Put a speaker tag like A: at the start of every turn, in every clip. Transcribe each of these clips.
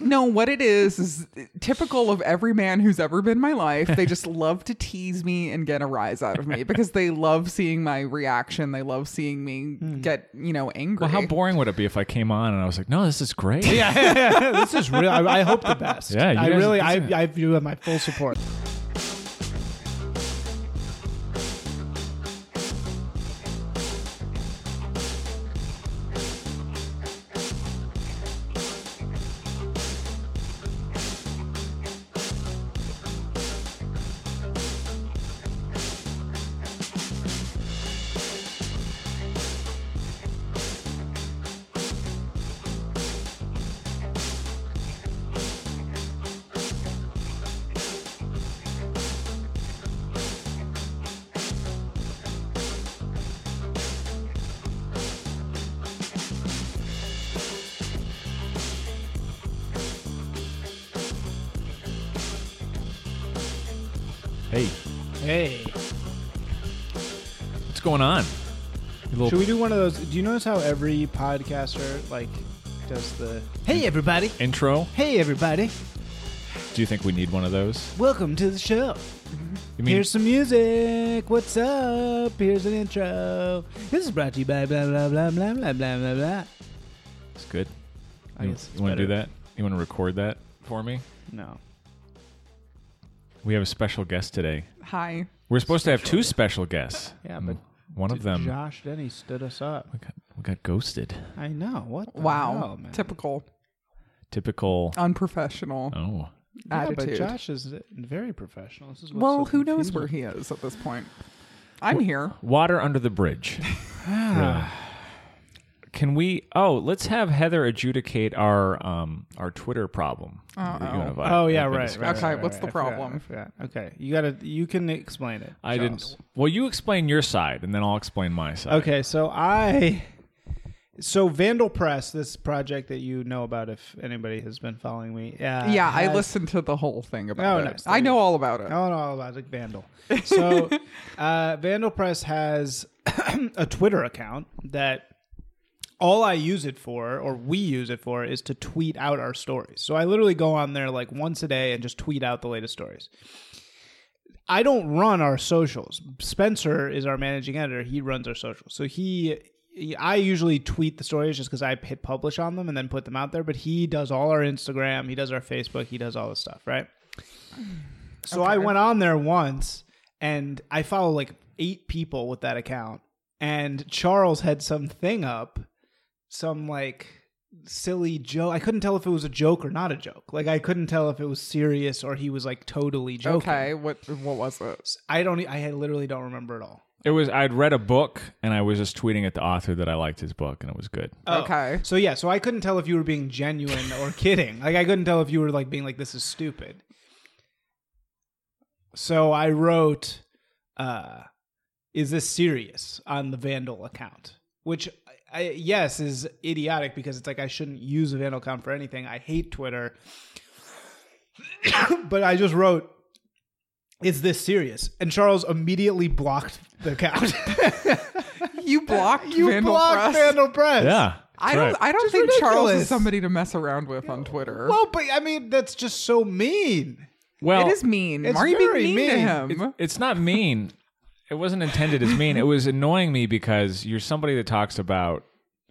A: No, what it is is typical of every man who's ever been in my life. They just love to tease me and get a rise out of me because they love seeing my reaction. They love seeing me
B: Hmm.
A: get, you know, angry.
C: Well, how boring would it be if I came on and I was like, "No, this is great." Yeah.
B: this is real. I, I hope the best.
C: Yeah, you
B: I
C: guys-
B: really,
C: this is-
B: I, I you have my full support.
C: Hey,
B: Hey,
C: what's going on? You little-
B: should we do one of those? Do you notice how every podcaster like does the Hey everybody,
C: intro?
B: hey everybody,
C: Do you think we need one of those?
B: welcome to the show.
C: You mean
B: Here's some music. What's up? Here's an intro. This is brought to you by blah blah blah blah blah blah blah blah.
C: it's good.
B: I
C: you
B: guess it's
C: want to do
B: better.
C: that? You want to record that for me?
B: No.
C: We have a special guest today.
A: Hi.
C: We're supposed to have two special guests.
B: Yeah,
C: And
B: but
C: one of them
B: Josh Denny stood us up.
C: we got, we got ghosted.
B: I know. What? The
A: Wow.
B: hell, Oh, man.
A: Typical
C: Typical.
A: unprofessional
C: Oh,
B: Yeah,
A: attitude.
B: but Josh is very professional. This is what's
A: well,
B: so
A: who knows
B: confusing.
A: where he is at this point? I'm here.
C: water under the bridge. Really. Can we? Oh, let's have Heather adjudicate our um our Twitter problem. You're gonna vi-
B: Oh yeah,
C: I've been
B: right.
C: discussing.
B: right,
A: Okay,
B: right, right,
A: what's
B: right.
A: the
B: I forgot,
A: problem?
B: I forgot. Okay, you gotta. You can explain it.
C: I
B: Charles.
C: didn't. Well, you explain your side, and then I'll explain my side.
B: Okay, so I. So Vandal Press, this project that you know about, if anybody has been following me. Uh,
A: yeah, I
B: has-
A: listened to the whole thing about
B: Oh,
A: it.
B: nice.
A: I know all about it.
B: Oh no, all about like Vandal. So uh, Vandal Press has a Twitter account that all I use it for, or we use it for, is to tweet out our stories. So I literally go on there like once a day and just tweet out the latest stories. I don't run our socials. Spencer is our managing editor. He runs our socials. So he, he- I usually tweet the stories just because I hit publish on them and then put them out there. But he does all our Instagram. He does our Facebook. He does all this stuff, right? So I went on there once and I follow like eight people with that account. And Charles had some thing up, some like silly joke. I couldn't tell if it was a joke or not a joke. Like I couldn't tell if it was serious or he was like totally joking.
A: Okay, what what was it?
B: I don't. e, I had- literally don't remember at all.
C: It was I'd read a book and I was just tweeting at the author that I liked his book and it was good.
A: Okay.
B: Oh. So yeah, so I couldn't tell if you were being genuine or kidding. Like I couldn't tell if you were like being like this is stupid. So I wrote, uh, "Is this serious?" on the Vandal account, which I, I, yes is idiotic because it's like I shouldn't use a Vandal account for anything. I hate Twitter, but I just wrote. Is this serious? And Charles immediately blocked the account.
A: You blocked
B: you
A: Vandal
B: blocked
A: Press.
B: Vandal Press.
C: yeah.
A: I
C: that's
A: don't.
C: right.
A: I don't
B: Just
A: think Charles
B: ridiculous.
A: is somebody to mess around with on Twitter.
B: Well, but I mean, that's just so mean.
C: well,
A: it is mean.
B: it's
A: Why are you being
B: very
A: mean, to
B: mean.
A: him?
C: It's not mean. it wasn't intended as mean. It was annoying me because you're somebody that talks about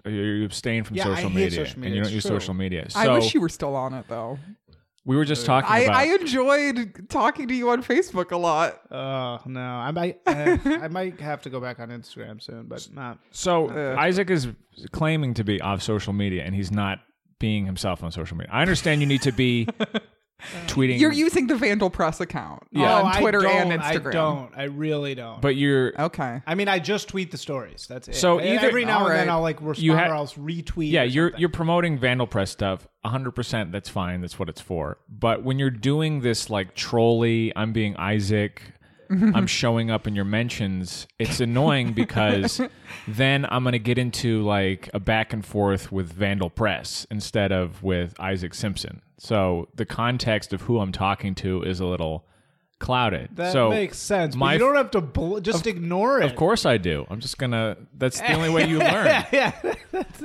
C: you abstain from
B: Yeah, I
C: social,
B: hate
C: media,
B: social media.
C: and you don't
B: It's
C: use
B: true.
C: social media. So
A: I wish you were still on it though.
C: we were just talking
A: I,
C: about
A: I enjoyed talking to you on Facebook a lot.
B: Oh no, I might, uh, I might have to go back on Instagram soon, but not.
C: So
A: uh,
C: Isaac is claiming to be off social media, and he's not being himself on social media. I understand you need to be tweeting,
A: You're using the Vandal Press account
B: Oh,
A: on
B: I
A: Twitter and
B: don't,
A: Instagram.
B: I don't. I really don't.
C: but you're
A: Okay.
B: I mean, I just tweet the stories. That's it.
C: So
B: And
C: either-
B: every now and
A: Alright.
B: then, I'll like respond
C: You had-
B: or I'll retweet.
C: yeah,
B: or
C: you're
B: something.
C: you're promoting Vandal Press stuff. 100%. That's fine. That's what it's for. But when you're doing this like trolley, I'm being Isaac. I'm showing up in your mentions. It's annoying because then I'm going to get into like a back and forth with Vandal Press instead of with Isaac Simpson. So the context of who I'm talking to is a little cloud it.
B: That
C: so
B: makes sense. But
C: my
B: you don't have to bl- just ignore it.
C: Of course I do. I'm just gonna. That's the only way you learn.
B: yeah,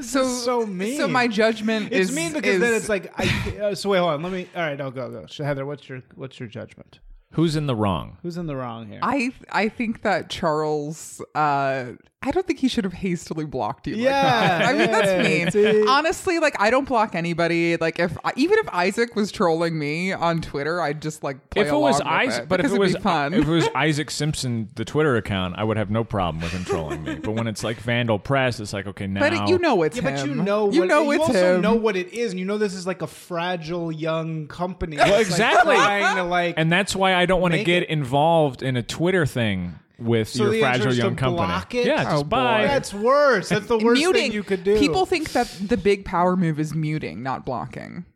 A: So
B: so mean.
A: So my judgment
B: it's
A: is
B: mean because
A: is,
B: then it's like. I, uh, so wait, hold on. Let me. All right, no, go go. So, Heather, what's your what's your judgment?
C: Who's in the wrong?
B: Who's in the wrong here?
A: I I think that Charles uh I don't think he should have hastily blocked you.
B: Yeah,
A: like that. I mean
B: yeah,
A: that's mean.
B: see?
A: Honestly, like I don't block anybody. Like if even if Isaac was trolling me on Twitter, I'd just like play
C: If it was
A: along with
C: Isaac,
A: it
C: but if
A: because
C: it
A: it'd
B: uh,
C: was
A: be fun.
C: if it was Isaac Simpson, the Twitter account, I would have no problem with him trolling me. But when it's like Vandal Press, it's like okay now.
A: but you know it's
B: yeah, but you
A: him.
B: know,
A: you
B: what,
A: know
B: you
A: it's
B: also
A: him.
B: know what it is, and you know this is like a fragile young company.
C: Well,
B: It's, like,
C: exactly.
B: trying to like
C: and that's why I don't want to
B: Make
C: get
B: it-
C: involved in a Twitter thing with
B: So
C: your
B: the answer
C: fragile
B: is to
C: young company.
B: block it?
C: Yeah, just
A: Oh,
C: bye.
A: boy.
B: that's worse. That's the worst
A: muting
B: thing you could do.
A: People think that the big power move is muting, not blocking.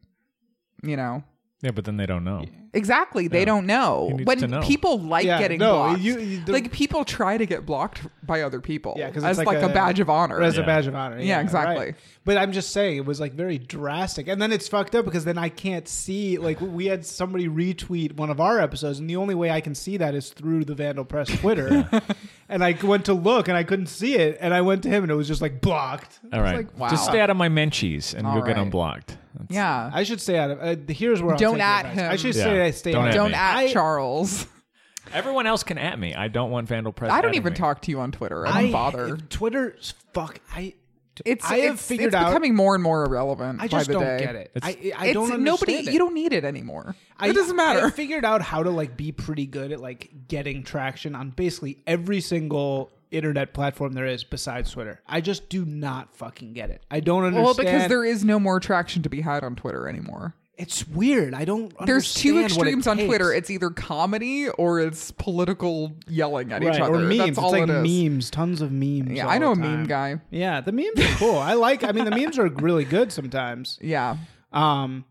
A: You know.
C: Yeah, but then they don't know.
A: Exactly. They don't know.
C: Who needs
A: When
C: to know?
A: people like
B: Yeah,
A: getting
B: no,
A: blocked.
B: you- you- the-
A: like people try to get blocked by other people.
B: Yeah, 'cause it's
A: as
B: like
A: like,
B: a-
A: a, badge of honor.
B: as a
C: Yeah.
B: badge of honor. Yeah,
A: exactly.
B: right. But I'm just saying it was like very drastic, and then it's fucked up because then I can't see. Like we had somebody retweet one of our episodes, and the only way I can see that is through the Vandal Press Twitter. and I went to look, and I couldn't see it, and I went to him, and it was just like blocked.
C: All right,
B: like,
A: wow.
C: just stay out of my menchies, and
A: All
C: you'll get
A: right.
C: unblocked.
A: yeah.
B: I should stay out of. Uh, here's where I'll
A: Don't
B: take your
A: at
B: advice.
A: him.
B: I should
C: Yeah.
B: say I stay
C: Don't
B: out.
C: at
B: of-
A: don't
C: me.
A: at
B: I-
A: Charles.
C: Everyone else can at me. I don't want Vandal Press.
A: I don't
C: atting
A: even
C: me.
A: talk to you on Twitter. I
B: I
A: don't bother.
B: Twitter. Fuck. I.
A: It's
B: I have
A: it's,
B: figured
A: it's
B: out-
A: becoming more and more irrelevant
B: I just
A: by the
B: don't
A: day.
B: get it. I,
C: It's-
B: I don't
A: It's-
B: understand
A: nobody
B: it.
A: you don't need it anymore.
B: I,
A: it doesn't
B: I
A: matter.
B: figured out how to like be pretty good at like getting traction on basically every single internet platform there is besides Twitter. I just do not fucking get it. I don't understand.
A: well, because there is no more traction to be had on Twitter anymore.
B: it's weird. I don't.
A: There's two
B: understand what it
A: extremes on
B: takes.
A: Twitter. It's either comedy or it's political yelling at
B: right.
A: each other.
B: or memes.
A: That's all
B: it's like
A: it is.
B: memes. Tons of memes.
A: Yeah,
B: all
A: I know
B: the
A: a meme
B: time.
A: guy.
B: Yeah, the memes are cool. I like. I mean, the memes are really good sometimes.
A: Yeah.
B: Um,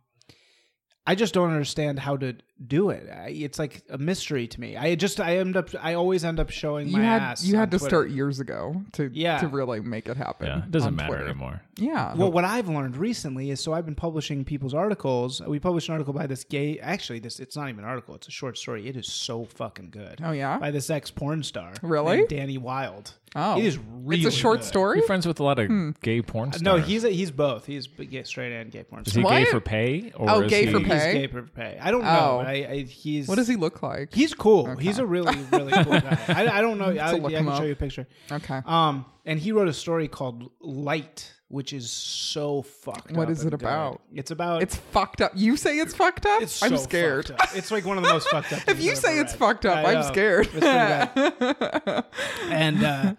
B: I just don't understand how to do it. I, it's like a mystery to me. I just I end up I always end up showing
A: You
B: my
A: had
B: ass.
A: you
B: on
A: had to
B: Twitter.
A: start years ago to
B: Yeah.
A: to really make it happen.
C: Yeah, it doesn't
A: on
C: matter
A: Twitter.
C: anymore.
A: Yeah.
B: Well, what I've learned recently is so I've been publishing people's articles. We published an article by this gay. Actually, this it's not even an article. It's a short story. It is so fucking good.
A: Oh, yeah?
B: by this ex porn star.
A: Really?
B: named Danny Wild.
A: oh,
B: it is really.
A: It's a short
B: good.
A: story.
C: You're friends with a lot of
A: Hmm.
C: gay porn stars.
B: No, he's a, he's both. He's b- gay, straight and gay porn.
C: is
B: star.
C: he gay
A: What?
C: for pay or
A: Oh,
C: is
A: gay
C: he,
A: for pay.
B: He's
A: Okay.
B: gay for pay. I don't
A: Oh.
B: know. I, I, he's
A: What does he look like?
B: He's cool. He's a really, really cool guy. I, I don't know. I, I
A: look
B: can
A: him up.
B: show you a picture.
A: okay.
B: Um, and he wrote a story called Light, which is so fucked.
A: What
B: up
A: is it
B: and good.
A: about?
B: It's about.
A: it's fucked up. You say it's fucked up?
B: It's
A: I'm
B: so
A: scared.
B: fucked up. It's like one of the most fucked up.
A: If
B: things
A: you
B: I've
A: say
B: ever
A: it's
B: read.
A: fucked up,
B: I
A: I'm
B: know.
A: scared.
B: It's pretty bad. and uh,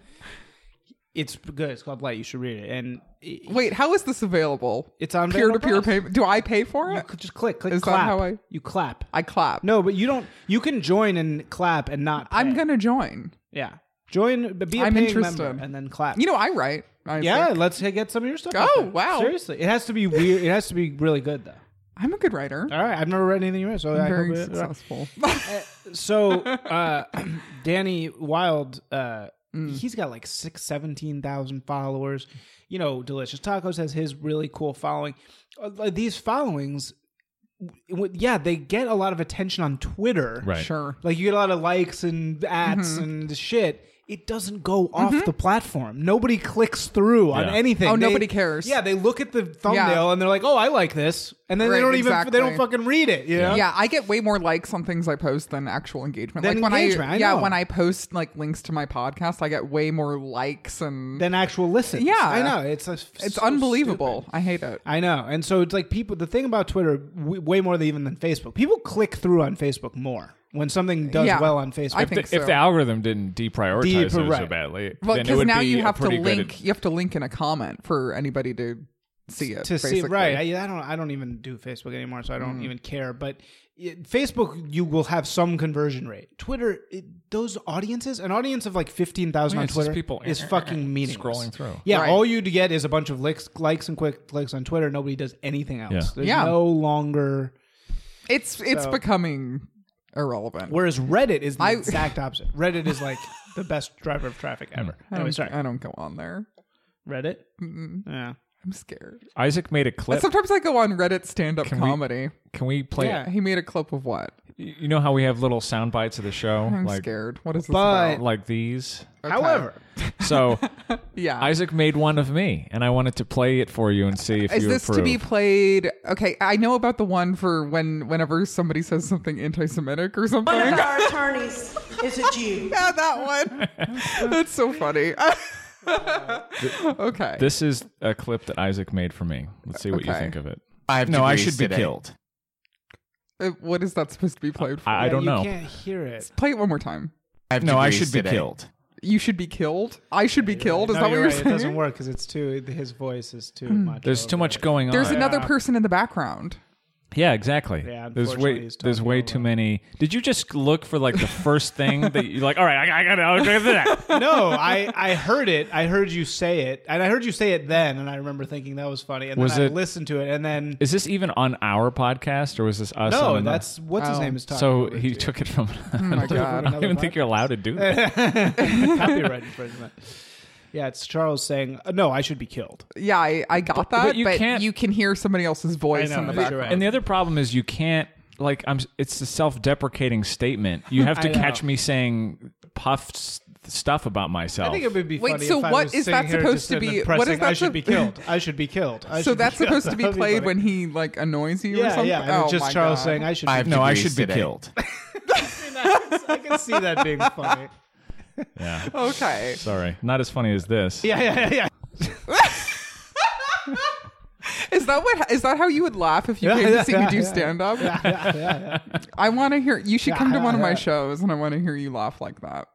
B: it's good. It's called Light. You should read it. And it-
A: Wait, how is this available?
B: It's on
A: peer to peer
B: Vanderbilt.
A: payment. Do I pay for
B: you
A: it?
B: could just click, click,
A: Is that
B: clap.
A: how I-
B: You clap.
A: I clap.
B: No, but you don't. You can join and clap and not. Pay.
A: I'm gonna join.
B: Yeah. Join. Be a
A: I'm
B: paying
A: interested.
B: member and then clap.
A: You know, I write. I
B: Yeah, let's h- get some of your stuff.
A: Oh,
B: out there.
A: wow.
B: Seriously, it has to be weird. It has to be really good though.
A: I'm a good writer.
B: All right, I've never read anything you read, so I
A: I'm very
B: hope it-
A: successful.
B: So, uh, Danny Wild, uh,
A: Mm.
B: he's got like six, seventeen thousand followers. You know, Delicious Tacos has his really cool following. Uh, like, these followings, w- w- yeah, they get a lot of attention on Twitter.
C: Right.
A: sure.
B: Like you get a lot of likes and ads
A: Mm-hmm.
B: and shit. It doesn't go off the platform. Nobody clicks through on
C: Yeah.
B: anything.
A: Oh, nobody cares.
B: Yeah, they look at the thumbnail
A: Yeah.
B: and they're like, "Oh, I like this," and then they
A: Right,
B: don't even they don't
A: exactly.
B: fucking read it. You know?
A: Yeah, I get way more likes on things I post than actual engagement.
B: Than
A: like when
B: engagement, I
A: I, yeah,
B: know.
A: when I post like links to my podcast, I get way more likes and
B: Than actual listens.
A: Yeah.
B: I know. It's a,
A: it's
B: so
A: unbelievable.
B: stupid.
A: I hate it.
B: I know, and so it's like people. The thing about Twitter, w- way more than even than Facebook, people click through on Facebook more when something does
A: Yeah.
B: well on Facebook.
A: I
C: If the,
A: think so.
C: if the algorithm didn't deprioritize
B: Deeper,
C: those so
B: right.
C: badly,
A: Well,
C: then it
A: because
C: would
A: now
C: be
A: you
C: a
A: have to
C: pretty good-
A: link. You have to link in a comment for anybody to see it.
B: to
A: basically.
B: see right I, I don't i don't even do facebook anymore so i don't
C: Mm-hmm.
B: even care but it, facebook you will have some conversion rate twitter it, those audiences an audience of like 15000
C: Yeah,
B: on
C: it's just
B: twitter
C: people
B: is
C: eh, eh, eh,
B: fucking meaningless
C: scrolling through.
B: yeah
A: Right.
B: all you to get is a bunch of licks, likes and quick clicks on twitter nobody does anything else
C: Yeah.
B: there's
A: Yeah.
B: no longer
A: It's it's
B: So-
A: becoming irrelevant.
B: whereas reddit is the
A: I-
B: exact opposite reddit is like the best driver of traffic ever
A: I
B: anyway
A: don't,
B: sorry
A: I don't go on there.
B: reddit yeah
A: I'm scared.
C: Isaac made a clip.
A: Sometimes I go on Reddit stand up comedy.
C: Can we play?
B: Yeah.
A: He made a clip of what?
C: Y- You know how we have little sound bites of the show,
A: I'm
C: like
A: scared. What is this
B: But-
A: about?
C: like these.
A: Okay.
B: However,
C: So
A: yeah.
C: Isaac made one of me, and I wanted to play it for you and see if
A: is
C: you
A: this
C: approve.
A: to be played? Okay, I know about the one for when whenever somebody says something anti-Semitic or something.
D: One of our attorneys is a Jew.
A: yeah, that one. That's so funny. okay.
C: This is a clip that Isaac made for me. Let's see what you
A: Okay.
C: think of it.
E: Five
C: No, I
E: degrees
C: should be
E: today.
C: killed.
A: Uh, what is that supposed to be played for?
C: I, I
B: Yeah,
C: don't
B: you
C: know.
B: can't hear it.
A: Play it one more time.
E: Five
C: No, I
E: degrees
C: should be
E: today.
C: killed.
A: You should be killed. I should be killed. Is
B: no,
A: that what
B: you're
A: you're,
B: right. It
A: saying? Hmm.
B: doesn't work because it's too. His voice is too much.
C: There's too
B: over
C: much
B: it.
C: going
A: There's
C: on.
A: another person in the background.
C: yeah, exactly.
B: Yeah,
C: there's
B: unfortunately,
C: way
B: he's
C: there's
B: talking
C: way
B: over
C: too
B: it.
C: many. Did you just look for like the first thing that you're like? All right, I, I got it. I'll do that.
B: no, I I heard it. I heard you say it, and I heard you say it then, and I remember thinking that was funny. And
C: Was
B: then
C: it-
B: I listened to it, and then
C: Is this even on our podcast or was this us? on
B: no,
C: another-
B: that's what's his
A: Oh.
B: name is talking.
C: so
B: over
C: he
B: it, too.
C: took it from.
A: Oh my god.
C: I don't even think you're allowed to do that.
B: copyright infringement. Yeah, it's Charles saying, uh, "No, I should be killed."
A: Yeah, I, I got that, but,
C: you
A: you,
C: can't-
A: can hear somebody else's voice
B: I know,
A: in the
B: you're
A: background.
B: right.
C: And the other problem is you can't like I'm. It's a self-deprecating statement. You have to
B: I
C: catch
B: know.
C: me saying puffs stuff about myself.
B: I think it would be
A: Wait,
B: funny.
A: so
B: if I
A: what
B: was
A: is
B: sitting
A: that
B: here
A: supposed
B: just
A: to
B: in
A: be- what is
B: the pressing,
A: that
B: I should
A: sup-
B: be killed. I should be killed. I
A: So
B: should
A: that's
B: be killed."
A: supposed to be
B: That'd
A: played
B: funny.
A: when he like annoys you or
B: Yeah,
A: something.
B: yeah. And
A: oh
B: it's just
A: my
B: Charles
A: God.
B: saying, "I should."
E: Five
B: be
C: no, I
E: degrees
C: should be
E: today.
C: killed.
B: killed." I can see that being funny.
C: Yeah.
A: Okay.
C: Sorry, not as funny as this.
B: Oh. Yeah, yeah, yeah.
A: Is that what is that how you would laugh if you
B: Yeah,
A: came
B: yeah,
A: to see me
B: yeah,
A: do
B: yeah.
A: stand up? I wanna hear you should come to
B: Yeah,
A: one of my
B: yeah.
A: shows and I wanna hear you laugh like that.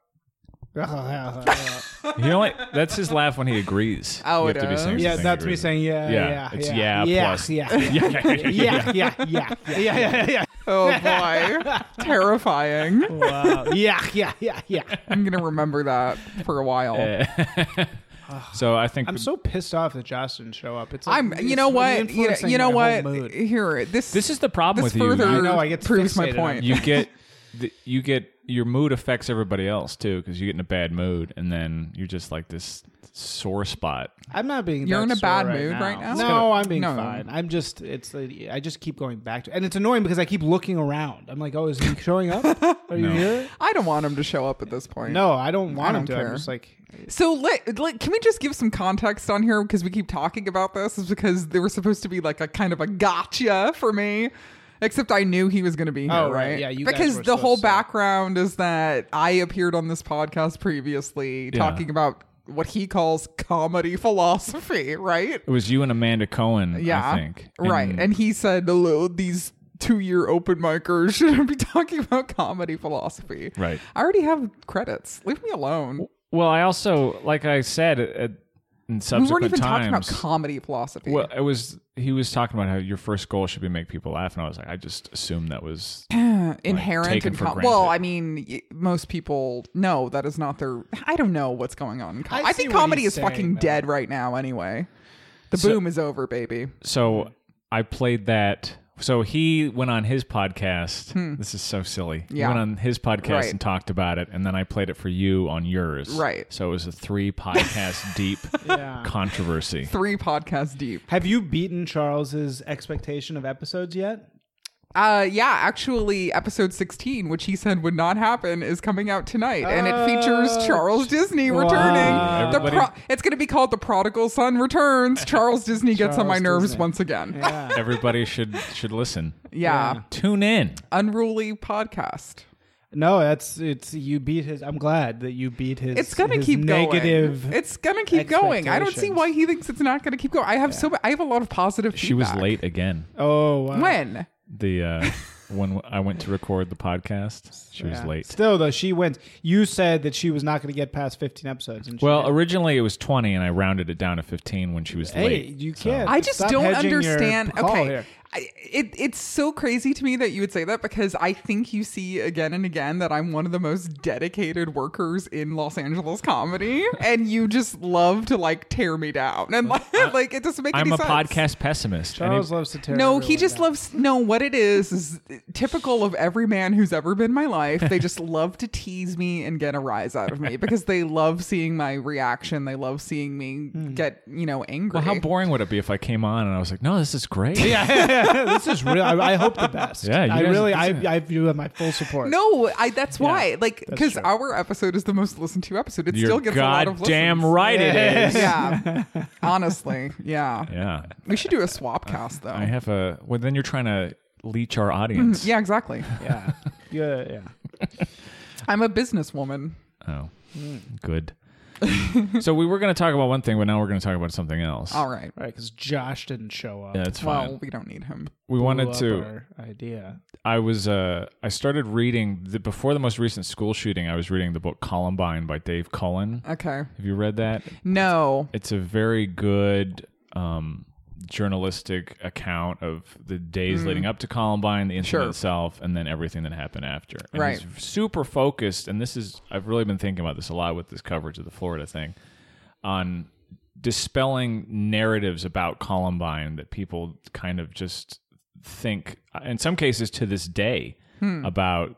B: Oh, yeah.
C: You know what? That's his laugh when he agrees.
A: Oh,
C: you
A: it
C: to be
A: is?
C: saying
B: yeah,
C: something
B: that's me
C: agrees.
B: saying yeah,
C: Yeah,
B: yeah,
C: it's yeah
B: yeah,
C: plus.
B: yeah, yeah, yeah, yeah, yeah, yeah, yeah, yeah, yeah,
A: Oh boy. Terrifying.
B: Wow. yeah, yeah, yeah, yeah.
A: I'm gonna remember that for a while.
C: So I think
B: I'm so pissed off that Josh didn't show up. It's like,
A: I'm
B: it's
A: you know
B: really
A: what? You,
B: influencing
A: you know
B: my
A: what?
B: whole mood.
A: Here this
C: this is the problem
A: this
C: with
A: further
C: you.
B: I know, I get
A: proves my
B: fixated on
A: point.
C: You get the, you get your mood affects everybody else too because you get in a bad mood and then you're just like this sore spot.
B: I'm not being.
A: You're
B: that
A: in a
B: sore
A: bad mood right now?
B: No,
A: Kinda-
B: I'm being
A: no.
B: fine. I'm just. It's. uh, I just keep going back to, and it's annoying because I keep looking around. I'm like, oh, is he showing up? Are you here?
A: I don't want him to show up at this point.
B: No, I don't want
A: I
B: him
A: don't
B: to. I'm
A: care.
B: just like,
A: So let, let, can we just give some context on here because we keep talking about this is because there was supposed to be like a kind of a gotcha for me. Except I knew he was going to be here,
B: Oh, right.
A: right?
B: Yeah, you guys
A: because
B: were
A: the whole
B: supposed to.
A: background is that I appeared on this podcast previously talking about what he calls comedy philosophy, right?
C: It was you and Amanda Cohen.
A: Yeah,
C: I think.
A: right. And he said, "Hello, these two-year open micers shouldn't be talking about comedy philosophy."
C: Right.
A: I already have credits. Leave me alone.
C: Well, I also, like I said, at, in
A: We
C: subsequent
A: weren't even
C: times,
A: talking about comedy philosophy.
C: well, it was he was talking about how your first goal should be make people laugh, and I was like, I just assumed that was
A: inherent
C: taken
A: in
C: for
A: com-
C: granted.
A: well i mean y- most people know that is not their i don't know what's going on in com-
B: I
A: I,
B: see
A: think
B: what
A: comedy
B: he's
A: is fucking
B: saying, though.
A: dead right now anyway the boom is over baby
C: so. I played that. So he went on his podcast.
B: Hmm.
C: This is so silly. He
A: Yeah.
C: went on his podcast
A: Right.
C: and talked about it, and then I played it for you on yours.
A: Right.
C: So it was a three podcast deep
B: Yeah.
C: controversy.
A: three podcasts deep
B: have you beaten Charles's expectation of episodes yet?
A: uh yeah actually episode 16 which he said would not happen is coming out tonight and it
B: Uh,
A: features charles disney returning the
C: Everybody-
A: pro- it's going to be called the prodigal son returns charles disney gets on my
B: Charles
A: nerves
B: Disney.
A: once again yeah,
C: Everybody should should listen.
A: yeah.
C: Tune in.
A: unruly podcast
B: No, that's it's. You beat his. I'm glad that you beat his.
A: It's gonna
B: his
A: keep
B: negative.
A: going. It's gonna keep going. I don't see
B: expectations.
A: why he thinks it's not gonna keep going. I have so much, I have a lot of positive.
C: She was
A: feedback.
C: late again.
B: Oh, wow.
A: When?
C: the uh, when I went to record the podcast, she was
B: Yeah.
C: late.
B: Still though, she went. You said that she was not going to get past 15 episodes. And she
C: Well,
B: did.
C: originally it was twenty, and I rounded it down to fifteen when she was
B: hey,
C: late.
B: you can't.
A: I just
B: Stop
A: don't
B: hedging your
A: understand.
B: call
A: Okay,
B: here.
A: I, it it's so crazy to me that you would say that because I think you see again and again that I'm one of the most dedicated workers in Los Angeles comedy, and you just love to like tear me down and like, like it doesn't make
C: I'm
A: any
C: a
A: sense.
C: podcast pessimist.
B: Charles
C: Any-
B: loves to tear.
A: No, he
B: everyone
A: just
B: down.
A: loves. No, what it is is typical of every man who's ever been my life. They just love to tease me and get a rise out of me because they love seeing my reaction. They love
C: Hmm.
A: seeing me get you know angry.
C: well, how boring would it be if I came on and I was like, "No, this is great." Yeah,
B: this is real. I, I hope the best.
C: Yeah, you
B: I
C: guys-
B: really, I, I, you have my full support.
A: No, I. That's why. like,
B: that's
A: because
B: true.
A: our episode is the most listened to episode. It
C: You're
A: still gets a lot of
C: goddamn
A: listens.
C: right it is.
A: Yeah. Honestly, yeah.
C: Yeah.
A: We should do a swap cast though.
C: I have a. Well, then you're trying to leech our audience.
A: yeah, exactly.
B: Yeah. Yeah. Yeah.
A: I'm a businesswoman.
C: Oh, good. so we were going to talk about one thing, but now we're going to talk about something else.
A: All right.
B: Right. Because Josh didn't show up.
C: Yeah, that's fine.
A: Well, we don't need him.
C: we wanted
B: Blew up
C: to.
B: our idea.
C: I was. Uh, I started reading the, before the most recent school shooting. I was reading the book Columbine by Dave Cullen.
A: Okay.
C: Have you read that?
A: No.
C: It's a very good um, journalistic account of the days leading up to Columbine, the incident
A: Mm. Sure.
C: itself, and then everything that happened after. And
A: Right.
C: It's super focused, and this is I've really been thinking about this a lot with this coverage of the Florida thing on dispelling narratives about Columbine that people kind of just think, in some cases to this day,
A: Hmm.
C: about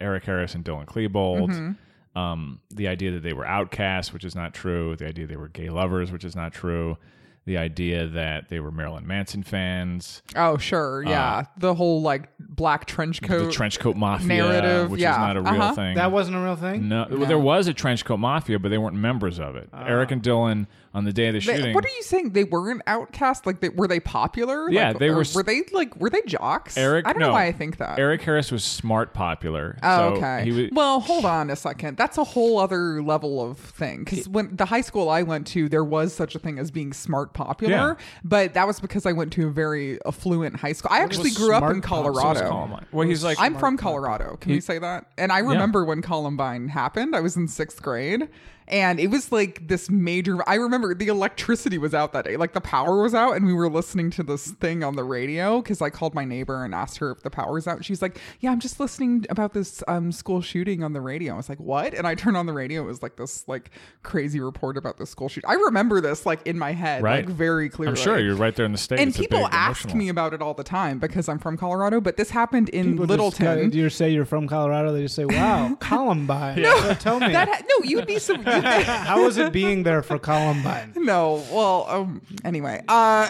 C: Eric Harris and Dylan Klebold.
A: Mm-hmm.
C: Um, the idea that they were outcasts, which is not true. The idea they were gay lovers, which is not true. The idea that they were Marilyn Manson fans,
A: Oh, sure. Yeah. the whole like black trench coat.
C: Uh, the trench coat mafia,
A: Uh, narrative,
C: which
A: yeah,
C: is not a real
A: uh-huh.
C: thing.
B: That wasn't a real thing.
C: no, well, there was a trench coat mafia, but they weren't members of it. Eric and Dylan on the day of the
A: They-
C: shooting.
A: what are you saying? They weren't outcast. Like, they, were they popular?
C: Yeah,
A: Like,
C: they
A: or
C: were s-
A: Were they like? Were they jocks?
C: Eric,
A: I don't
C: no.
A: know why I think that.
C: Eric Harris was smart popular.
A: Oh,
C: so
A: okay.
C: He was,
A: well, hold on a second. That's a whole other level of thing. Because when the high school I went to, there was such a thing as being smart popular,
C: Yeah.
A: but that was because I went to a very affluent high school. I actually grew up in Colorado.
C: Oh well, he's like
A: I'm from Colorado. Can we say that? And I remember when Columbine happened. I was in sixth grade, and it was like this major. I remember the electricity was out that day. Like the power was out, and we were listening to this thing on the radio because I called my neighbor and asked her if the power was out. She's like, "Yeah, I'm just listening about this um, school shooting on the radio." I was like, "What?" And I turned on the radio. It was like this like crazy report about the school shoot. I remember this like in my head,
C: Right.
A: like very clearly.
C: I'm sure you're right there in the state.
A: And
C: It's a
A: people
C: big
A: ask
C: emotional-
A: me about it all the time because I'm from Colorado, but this happened in
B: People just
A: Littleton.
B: go- you say you're from Colorado? They just say, "Wow, Columbine." So tell me,
A: that ha- no, you'd be so you'd
B: how was it being there for Columbine?
A: be- no. Well, um, anyway, uh,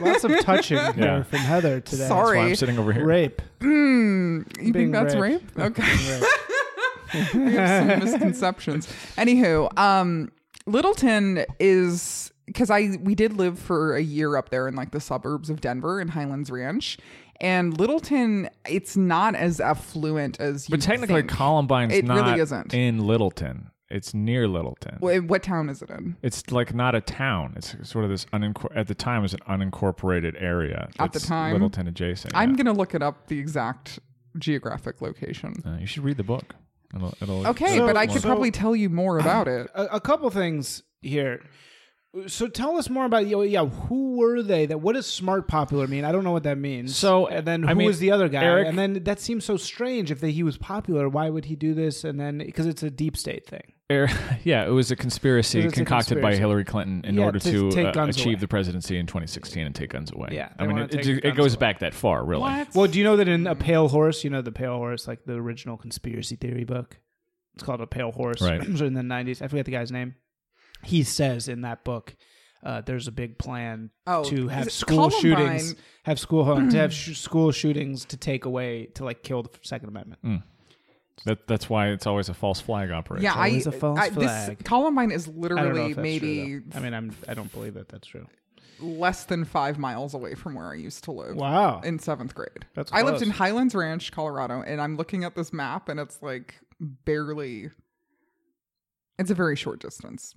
B: Lots of touching
C: Yeah.
B: there from Heather today.
C: That's
A: Sorry.
C: why I'm sitting over here.
B: Rape.
A: you
B: Being
A: think that's rape?
B: raped.
A: Okay, we have some misconceptions. Anywho, um, Littleton is because I we did live for a year up there in like the suburbs of Denver in Highlands Ranch, and Littleton it's not as affluent as you.
C: But technically,
A: think.
C: Columbine's
A: It really
C: not
A: isn't.
C: in Littleton. It's near Littleton.
A: Wh- what town is it in?
C: It's like not a town. It's sort of this unincor- at the time it was an unincorporated area.
A: At the
C: It's
A: time?
C: Littleton adjacent.
A: I'm
C: yeah.
A: gonna look it up the exact geographic location.
C: Uh, you should read the book. It'll, it'll,
A: Okay,
B: So-
A: but I could
B: so-
A: probably tell you more about it.
B: A, a couple things here. So tell us more about yeah. Who were they? That what does smart popular mean? I don't know what that means.
C: So,
B: and then who
C: I mean,
B: was the other guy?
C: Eric-
B: and then that seems so strange. If they, he was popular, why would he do this? And then because it's a deep state thing.
C: Er, yeah, it was a conspiracy
B: It was a
C: concocted by
B: conspiracy.
C: Hillary Clinton in
B: Yeah,
C: order
B: to
C: to,
B: take
C: uh,
B: guns
C: achieve
B: away.
C: the presidency in 2016 and take guns away.
B: Yeah, they
C: I mean,
B: wanna
C: it,
B: take
C: it, ju-
B: the
C: it
B: guns
C: goes
B: away.
C: back that far, really.
B: Well, do you know that in a pale horse, you know the pale horse, like the original conspiracy theory book. It's called a pale horse.
C: Right.
B: it was in the nineties. I forget the guy's name. He says in that book, uh, there's a big plan
A: Oh,
B: to
A: is
B: have
A: it
B: school
A: Columbine?
B: shootings, have school to have sh- school shootings to take away to like kill the Second Amendment.
C: That, that's why it's always a false flag operation.
A: Yeah, I,
B: always a false
A: I this
B: flag.
A: Columbine is
B: I don't know
A: literally
B: if that's
A: maybe
B: true, though. I mean, I'm I don't believe that that's true.
A: less than five miles away from where I used to live.
B: Wow.
A: In seventh grade,
B: That's
A: I lived
B: close.
A: in Highlands Ranch, Colorado, and I'm looking at this map, and it's like barely. It's a very short distance.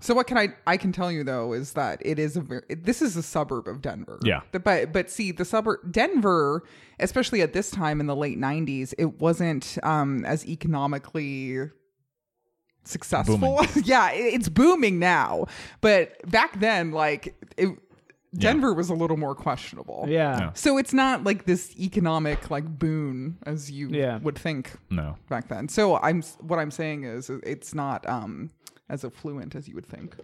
A: So what can I I can tell you though is that it is a very this is a suburb of Denver.
C: Yeah.
A: The- but but see the suburb Denver, especially at this time in the late '90s, it wasn't um, as economically successful. yeah, it, it's booming now, but back then, like it, Denver was a little more questionable.
B: Yeah.
C: No.
A: So it's not like this economic like boon as you
B: Yeah.
A: would think
C: No.
A: back then. So I'm what I'm saying is it's not um as affluent as you would think.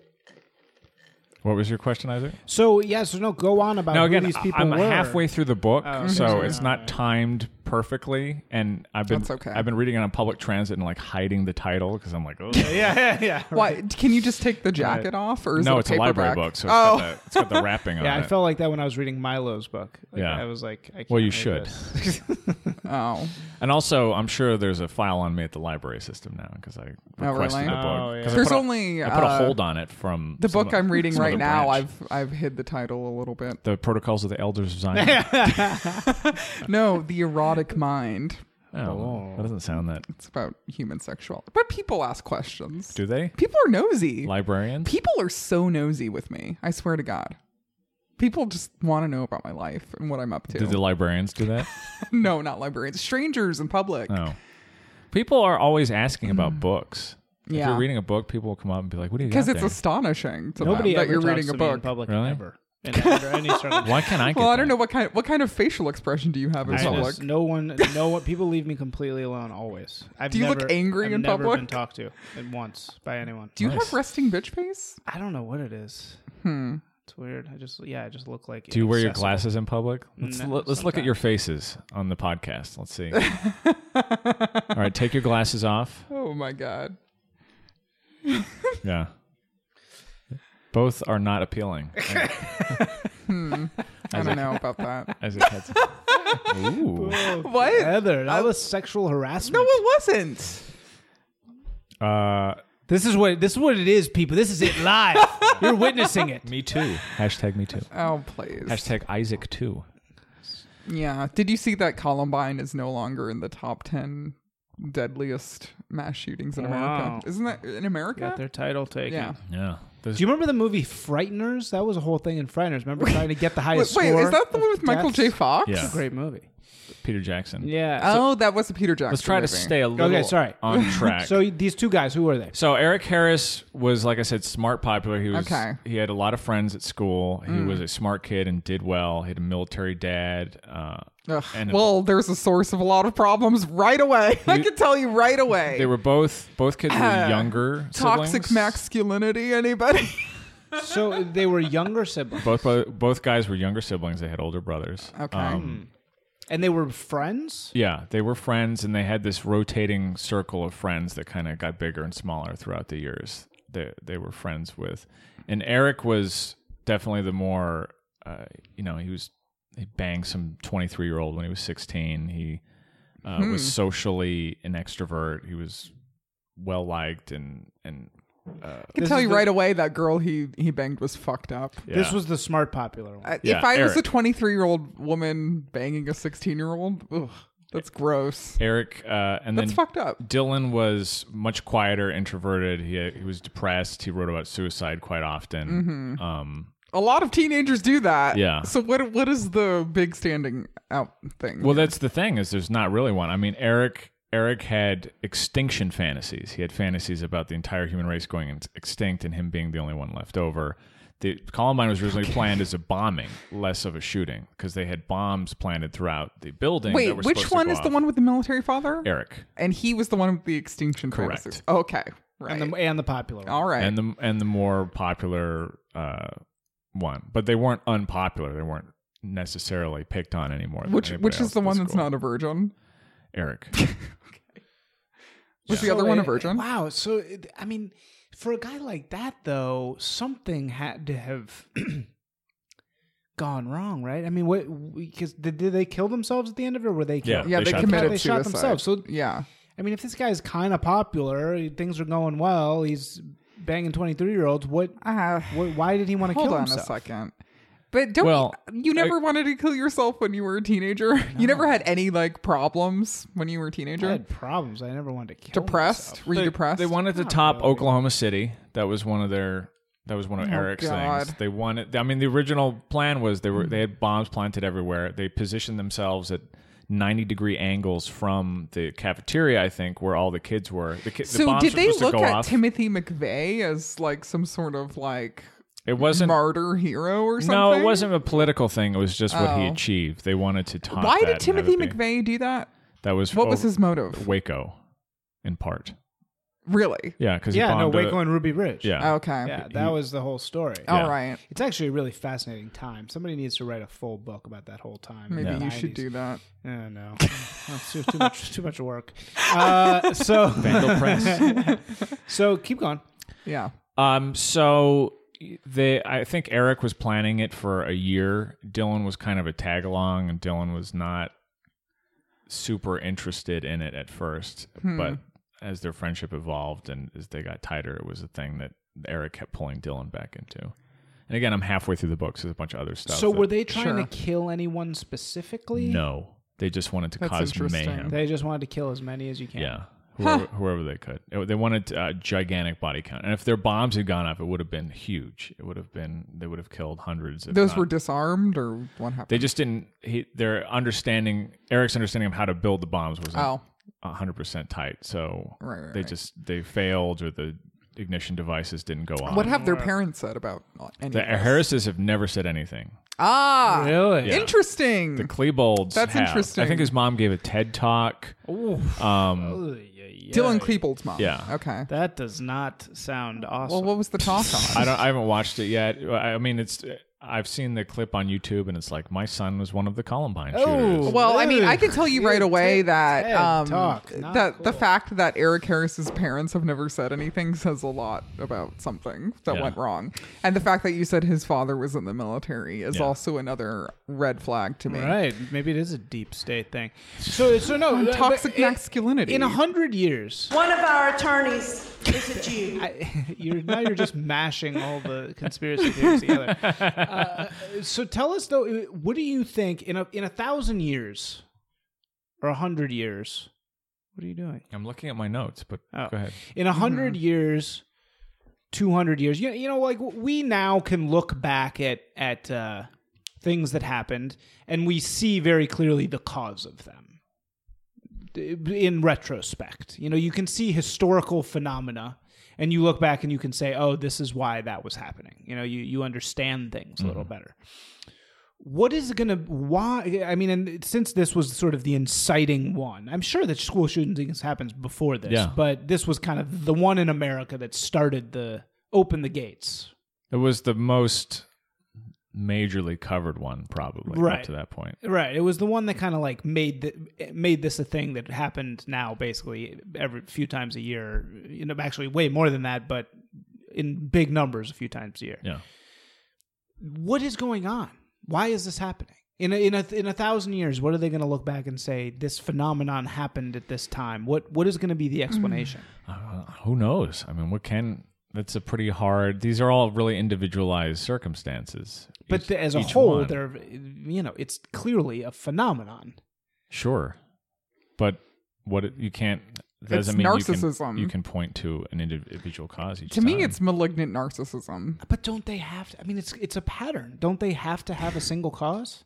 C: What was your question, Isaac?
B: So yeah. So no, go on about
C: Now
B: who
C: again,
B: these people
C: I'm
B: were. Oh,
C: halfway through the book, so it's not timed perfectly, and I've been
A: That's okay.
C: I've been reading it on public transit and like hiding the title because I'm like, oh.
B: Yeah, yeah, yeah.
A: Why can you just take the jacket off? Or is
C: no,
A: it
C: it's a library
A: paperback?
C: book, so
A: oh,
C: it's, got the, it's got the wrapping on
B: Yeah,
C: it.
B: I felt like that when I was reading Milo's book. Like,
C: Yeah.
B: I was like, I can't
C: Well, you
B: read
C: should.
B: this.
A: oh,
C: and also, I'm sure there's a file on me at the library system now because I
A: Oh,
C: requested
A: really?
C: the book.
B: Oh, yeah.
C: 'Cause I
A: There's
C: put a-
A: only,
C: I put a
A: uh,
C: hold on it from
A: the
C: some
A: book
C: o-
A: I'm reading
C: some
A: right
C: other
A: now.
C: branch.
A: I've I've hid the title a little bit.
C: the Protocols of the Elders of Zion.
A: No, the erotic mind.
C: oh, that doesn't sound that.
A: It's about human sexuality, but people ask questions.
C: Do they?
A: People are nosy.
C: Librarians?
A: people are so nosy with me. I swear to God. People just want to know about my life and what I'm up to.
C: Did the librarians do that?
A: no, not librarians. Strangers in
B: Oh.
A: public.
C: No. People are always asking
B: Hmm.
C: about books. If
A: Yeah.
C: you're reading a book, people will come up and be like, "What do you?"
A: Because
C: got
A: it's
C: there?
A: astonishing to
B: Nobody
A: them
B: ever
A: that you're
B: talks
A: reading
B: to
A: a
B: me in
A: book.
B: public
C: Really?
B: ever. And under any circumstance.
C: Why can't I? Get
A: Well, I
C: that?
A: don't know what kind what kind of facial expression do you have in
B: I
A: public?
B: just, no one, no one. People leave me completely alone always. I've
A: Do you look
B: never-
A: angry
B: I've
A: in
B: never
A: public?
B: Been talked to at once by anyone.
A: do you
C: Nice.
A: have resting bitch face?
B: I don't know what it is.
A: Hmm.
B: It's weird. I just, yeah, I just look like.
C: Do you wear your
B: inaccessible.
C: glasses in public? Let's
B: No,
C: l- let's look at your faces on the podcast. Let's see. All right, take your glasses off.
A: Oh my god.
C: Yeah. Both are not appealing.
A: I don't know about that.
C: As it heads. Ooh.
A: What?
B: Heather, that was sexual harassment.
A: No, it wasn't.
C: Uh,
B: this is what this is what it is, people. This is it live. You're witnessing it.
C: me too. Hashtag me too.
A: Oh please.
C: Hashtag Isaac too.
A: Yeah. Did you see that Columbine is no longer in the top ten deadliest mass shootings in
B: Wow.
A: America? Isn't that in America?
B: Got their title taken.
A: yeah.
C: Yeah. There's
B: Do you remember the movie Frighteners? That was a whole thing in Frighteners. Remember trying to get the
A: Wait,
B: highest
A: wait,
B: score?
A: is that the
B: of
A: one with Michael J.
B: deaths?
A: Fox?
C: Yeah.
B: Great movie.
C: Peter Jackson.
B: Yeah. so-
A: Oh, that was a Peter Jackson.
C: Let's try to
A: movie.
C: stay a little
B: sorry.
C: on
A: Oh.
C: track.
B: So these two guys, who were they?
C: So Eric Harris was, like I said, smart, popular. He was.
A: Okay. Mm.
C: He had a lot of friends at school. He was a smart kid and did well. He had a military dad. Uh,
A: Ugh,
C: and
A: well, there's a source of a lot of problems right away. I can tell you right away.
C: they were both both kids were younger.
A: Eh. Toxic
C: siblings.
A: masculinity, anybody?
B: So they were younger siblings,
C: Both both guys were younger siblings. They had older brothers.
A: Okay.
B: and they were friends.
C: Yeah, they were friends, and they had this rotating circle of friends that kind of got bigger and smaller throughout the years. They they were friends with, and Eric was definitely the more, uh, you know, he was he banged some twenty three year old when he was sixteen. He uh,
B: Hmm.
C: was socially an extrovert. He was well liked and and
A: I can tell you right away that girl he, he banged was fucked up.
B: This
C: Yeah.
B: was the smart popular one.
A: I-
C: Yeah,
A: if I was a
C: Eric.
A: 23 year old woman banging a 16 year old, ugh, that's gross.
C: Eric uh, and
A: That's
C: then
A: fucked up.
C: Dylan was much quieter, introverted. He he was depressed. He wrote about suicide quite often.
B: Mm-hmm.
C: Um,
A: A lot of teenagers do that.
C: Yeah.
A: So what what is the big standing out thing?
C: Well, that's the thing is there's not really one. I mean, Eric Eric had extinction fantasies. He had fantasies about the entire human race going in- extinct and him being the only one left over. The Columbine was originally planned as a bombing, less of a shooting, because they had bombs planted throughout the building. that
A: Wait,
C: were supposed
A: which
C: to
A: one
C: go
A: is the
C: off.
A: one with the military father?
C: Eric
A: And he was the one with the extinction
C: Correct.
A: fantasies. Okay. Right.
B: and the, and the popular one.
A: All right.
C: and the and the more popular uh, one, but they weren't unpopular. They weren't necessarily picked on anymore. than
A: which
C: anybody
A: which
C: else
A: is the
C: at
A: one that's
C: school.
A: not a virgin?
C: Eric.
A: Was the other one a
B: it-
A: virgin?
B: Wow. So it- I mean, for a guy like that, though, something had to have gone wrong, right? I mean, what? Because did, did they kill themselves at the end of it? Or were they
C: Yeah.
B: killed?
A: Yeah,
C: They
A: they,
C: shot
A: committed
B: themselves. They shot
A: suicide.
B: themselves, so-
A: yeah.
B: I mean, if this guy's kind of popular, things are going well. He's banging twenty three year olds. What?
A: Uh,
B: Wh- Why did he want to
A: hold
B: kill
A: on
B: himself?
A: a second. But don't
C: Well,
A: you, you never wanted to kill yourself when you were a teenager? You never had any like problems when you were a
B: I
A: teenager?
B: had problems. I never wanted to kill.
A: Depressed? Were you depressed?
C: They wanted to top Oklahoma City. That was one of their. That was one of Eric's
A: Oh, God.
C: things. They wanted. I mean, the original plan was they were they had bombs planted everywhere. They positioned themselves at ninety degree angles from the cafeteria. I think where all the kids were. The, ki- the
A: so
C: bombs
A: did
C: were
A: they
C: supposed
A: look
C: to go
A: at
C: off.
A: Timothy McVeigh as like some sort of like
C: it wasn't.
A: martyr hero or something?
C: No, it wasn't a political thing. It was just what he
A: Oh.
C: achieved. They wanted to top.
A: Why
C: that
A: did
C: and have
A: Timothy
C: it be- Oh,
A: McVeigh do that?
C: That was
A: What was
C: over-
A: his motive?
C: Waco, in part.
A: Really?
C: Yeah, because
B: Yeah,
C: he
B: no,
C: bombed a-
B: Waco and Ruby Ridge.
C: yeah,
A: Okay.
B: Yeah, that was the whole story.
A: All right.
B: It's actually a really fascinating time. Somebody needs to write a full book about that whole time.
A: Maybe
B: in the
A: you should
B: 90s.
A: do that.
B: Oh, no, that's too, too much. Too much work. Uh, so,
A: Oh.
C: Vandal Press.
B: so keep going.
A: Yeah.
C: Um, so they, I think Eric was planning it for a year. Dylan was kind of a tag along, and Dylan was not super interested in it at first.
B: Hmm.
C: But as their friendship evolved and as they got tighter, it was a thing that Eric kept pulling Dylan back into. And again, I'm halfway through the book, so there's a bunch of other stuff.
B: So,
C: that-
B: were they trying
A: Sure.
B: to kill anyone specifically?
C: No, they just wanted to
A: That's
C: cause
A: interesting.
C: mayhem.
B: They just wanted to kill as many as you can.
C: yeah. Whoever, whoever they could, Uh, they wanted a gigantic body count, and if their bombs had gone off, it would have been huge. It would have been they would have killed hundreds. If
A: Those
C: not-
A: were disarmed or what
C: They
A: happened?
C: just didn't. He, their understanding, Eric's understanding of how to build the bombs was
A: Oh.
C: hundred percent tight. So
A: Right, right,
C: they
A: right.
C: just they failed, or the ignition devices didn't go on.
A: What have
B: Uh,
A: their parents said about not any
C: the
A: of this?
C: Harrises have never said anything.
A: Ah.
B: Really?
C: Yeah.
A: Interesting.
C: The Klebolds.
A: Mm. That's
C: have.
A: interesting.
C: I think his mom gave a TED talk. Um,
A: Dylan Klebold's mom.
C: Yeah.
A: Okay.
B: That does not sound
A: well,
B: awesome.
A: what was the talk on?
C: I don't. I haven't watched it yet. I I mean, it's. I've seen the clip on YouTube, and it's like my son was one of the Columbine
B: Oh.
C: shooters.
A: Well, I mean, I can tell you right
B: Dude,
A: away
B: Ted-
A: that
B: Ted
A: um,
B: talk. Not
A: that the
B: cool.
A: fact that Eric Harris's parents have never said anything says a lot about something that
C: Yeah.
A: went wrong, and the fact that you said his father was in the military is also another red flag to me.
B: Right. Maybe it is a deep state thing. So, so no. but
A: Toxic
B: in-
A: masculinity.
B: In a hundred years,
D: One of our attorneys is a Jew.
B: I, you're now you're just mashing all the conspiracy theories together. Uh, so tell us though, what do you think in a in a thousand years or a hundred years? What are you doing?
C: I'm looking at my notes, but
B: Oh.
C: go ahead.
B: In a 100 years, two hundred years, you you know, like we now can look back at at uh, things that happened, and we see very clearly the cause of them. In retrospect, you know, you can see historical phenomena, and you look back and you can say, "Oh, this is why that was happening." You know, you you understand things a little better what is going to why i mean and since this was sort of the inciting one i'm sure that school shootings happens before this
C: Yeah.
B: but this was kind of the one in america that started the open the gates
C: It was the most majorly covered one, probably
B: Right.
C: up to that point.
B: right it was the one that kind of like made the, made this a thing that happened now basically every few times a year you know actually way more than that but in big numbers a few times a year
C: Yeah.
B: what is going on? Why is this happening? In a, in a, in a thousand years, what are they going to look back and say this phenomenon happened at this time? What what is going to be
C: Mm.
B: the explanation?
C: Uh, who knows? I mean, what can? That's a pretty hard. These are all really individualized circumstances.
B: but
C: Each-
B: the, as a
C: each
B: whole,
C: one.
B: they're you know it's clearly a phenomenon.
C: Sure, but what it- you can't that doesn't
A: It's
C: mean You
A: narcissism.
C: can, you can point to an individual cause. Each
A: To me,
C: time.
A: it's malignant narcissism.
B: But don't they have to? I mean, it's it's a pattern. Don't they have to have a single cause?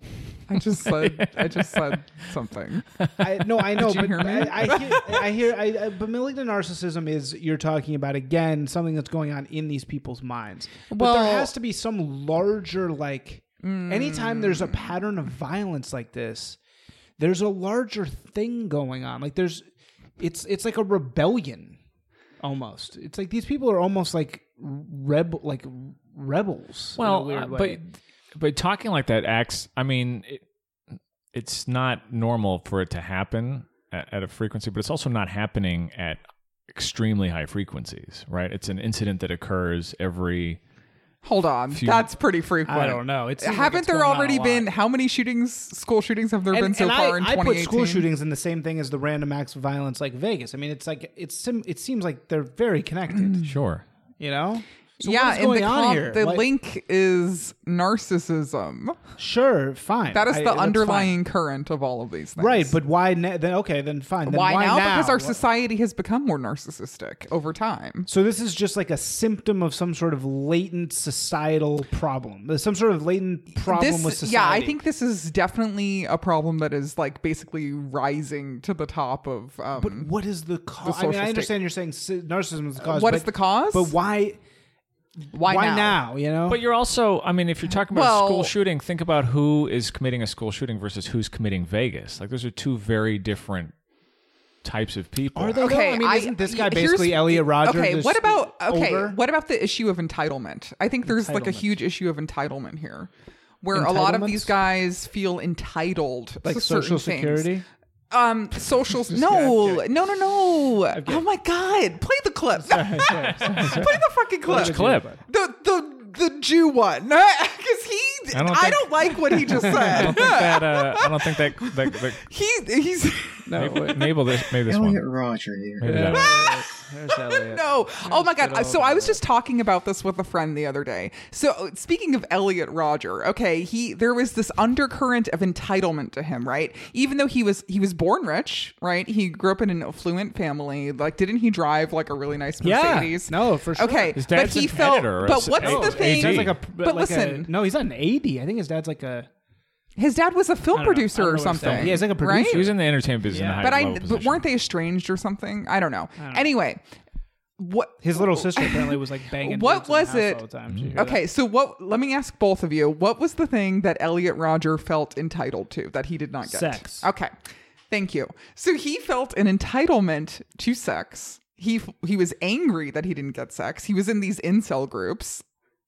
A: I just said. I just said something.
B: I, no, I know,
A: you
B: but
A: hear me?
B: I, I hear, I hear I, I, but malignant narcissism is you're talking about again something that's going on in these people's minds. But
A: Well-
B: there has to be some larger like anytime there's a
A: Mm.
B: pattern of violence like this, there's a larger thing going on. Like there's it's it's like a rebellion almost. It's like these people are almost like rebel like rebels. in a
C: well,
B: weird
C: uh,
B: way.
C: but but talking like that acts. I mean, it, it's not normal for it to happen at, at a frequency, but it's also not happening at extremely high frequencies, right? It's an incident that occurs every.
A: Hold on. That's pretty frequent.
B: I don't know. It's
A: Haven't there already been how many shootings? School shootings have there been so far
B: I,
A: in
B: I put
A: 2018?
B: school shootings in the same thing as the random acts of violence like Vegas. I mean, it's like it's sim- it seems like they're very connected.
C: Sure.
B: you know? So
A: yeah,
B: what is
A: and
B: going
A: the,
B: on
A: com-
B: here?
A: the
B: Like,
A: link is narcissism.
B: Sure, fine.
A: That is
B: I-
A: the
B: that's fine.
A: underlying current of all of these things.
B: right? But why? Na- then okay, then fine. Then
A: why, now?
B: now?
A: Because our
B: What-
A: society has become more narcissistic over time.
B: So this is just like a symptom of some sort of latent societal problem. There's some sort of latent problem with
A: This,
B: society.
A: yeah, I think this is definitely a problem that is like basically rising to the top of. Um,
B: But what is the cause? I mean,
A: social
B: I
A: state.
B: understand you're saying si- narcissism is the cause.
A: What
B: but,
A: is the cause?
B: But why?
A: why,
B: Why
A: now?
B: now? You know.
C: But you're also, I mean, if you're talking about
A: Well-
C: a school shooting, think about who is committing a school shooting versus who's committing Vegas. Like, those are two very different types of people.
B: Are they?
A: Okay,
B: Okay, I mean,
A: I-
B: isn't this guy
A: here's-
B: basically Elliot Rodgers?
A: Okay,
B: is
A: what about okay?
B: older?
A: What about the issue of entitlement? I think there's like a
B: Entitlement.
A: huge issue of entitlement here, where a lot of these
B: Entitlements?
A: guys feel entitled
B: like
A: to
B: social
A: certain things.
B: security?
A: Um, social.
B: I'm
A: no,
B: kidding.
A: no, no, no. Oh my god! Play the clip. Play the fucking clip.
C: Which clip?
A: The the the Jew one, because he. I
C: don't
A: don't,
C: think-
A: like what he just
C: I
A: said.
C: don't think that. Uh, I don't think that. that, that
A: he he's
B: No,
C: maybe,
B: wait.
C: maybe this. Maybe this
E: Elliot
C: one.
E: Roger here.
C: Maybe that
B: Yeah,
C: one.
B: There's Elliot.
A: No. Oh my god.
B: good
A: So I was just talking about this with a friend the other day. So uh, speaking of Elliot Roger, okay, he there was this undercurrent of entitlement to him, right? Even though he was he was born rich, right? He grew up in an affluent family. Like, didn't he drive like a really nice
B: Yeah.
A: Mercedes?
B: No, for sure.
A: Okay,
C: His
A: but
C: dad's
A: he
C: an
A: felt.
C: editor,
A: but
C: it's
A: what's
C: a-
A: the thing?
C: AD.
B: Sounds like a.
A: but
B: like
A: listen,
B: a, no, he's not an eighty. I think his dad's like a.
A: his dad was a film
B: I don't know. I
A: producer
B: don't
A: or
B: know what his dad-
A: something.
B: Yeah, he's like a
A: right?
C: She was in the entertainment business.
B: Yeah.
C: In a high
A: But I.
C: level
A: But
C: position.
A: weren't they estranged or something? I don't know. Anyway, what
B: His little sister apparently was like banging.
A: What
B: dudes in the
A: was
B: house
A: it?
B: All the time. Did you hear that?
A: Okay, so what? Let me ask both of you: What was the thing that Elliot Roger felt entitled to that he did not get?
B: Sex.
A: Okay, thank you. So he felt an entitlement to sex. He f- he was angry that he didn't get sex. He was in these incel groups.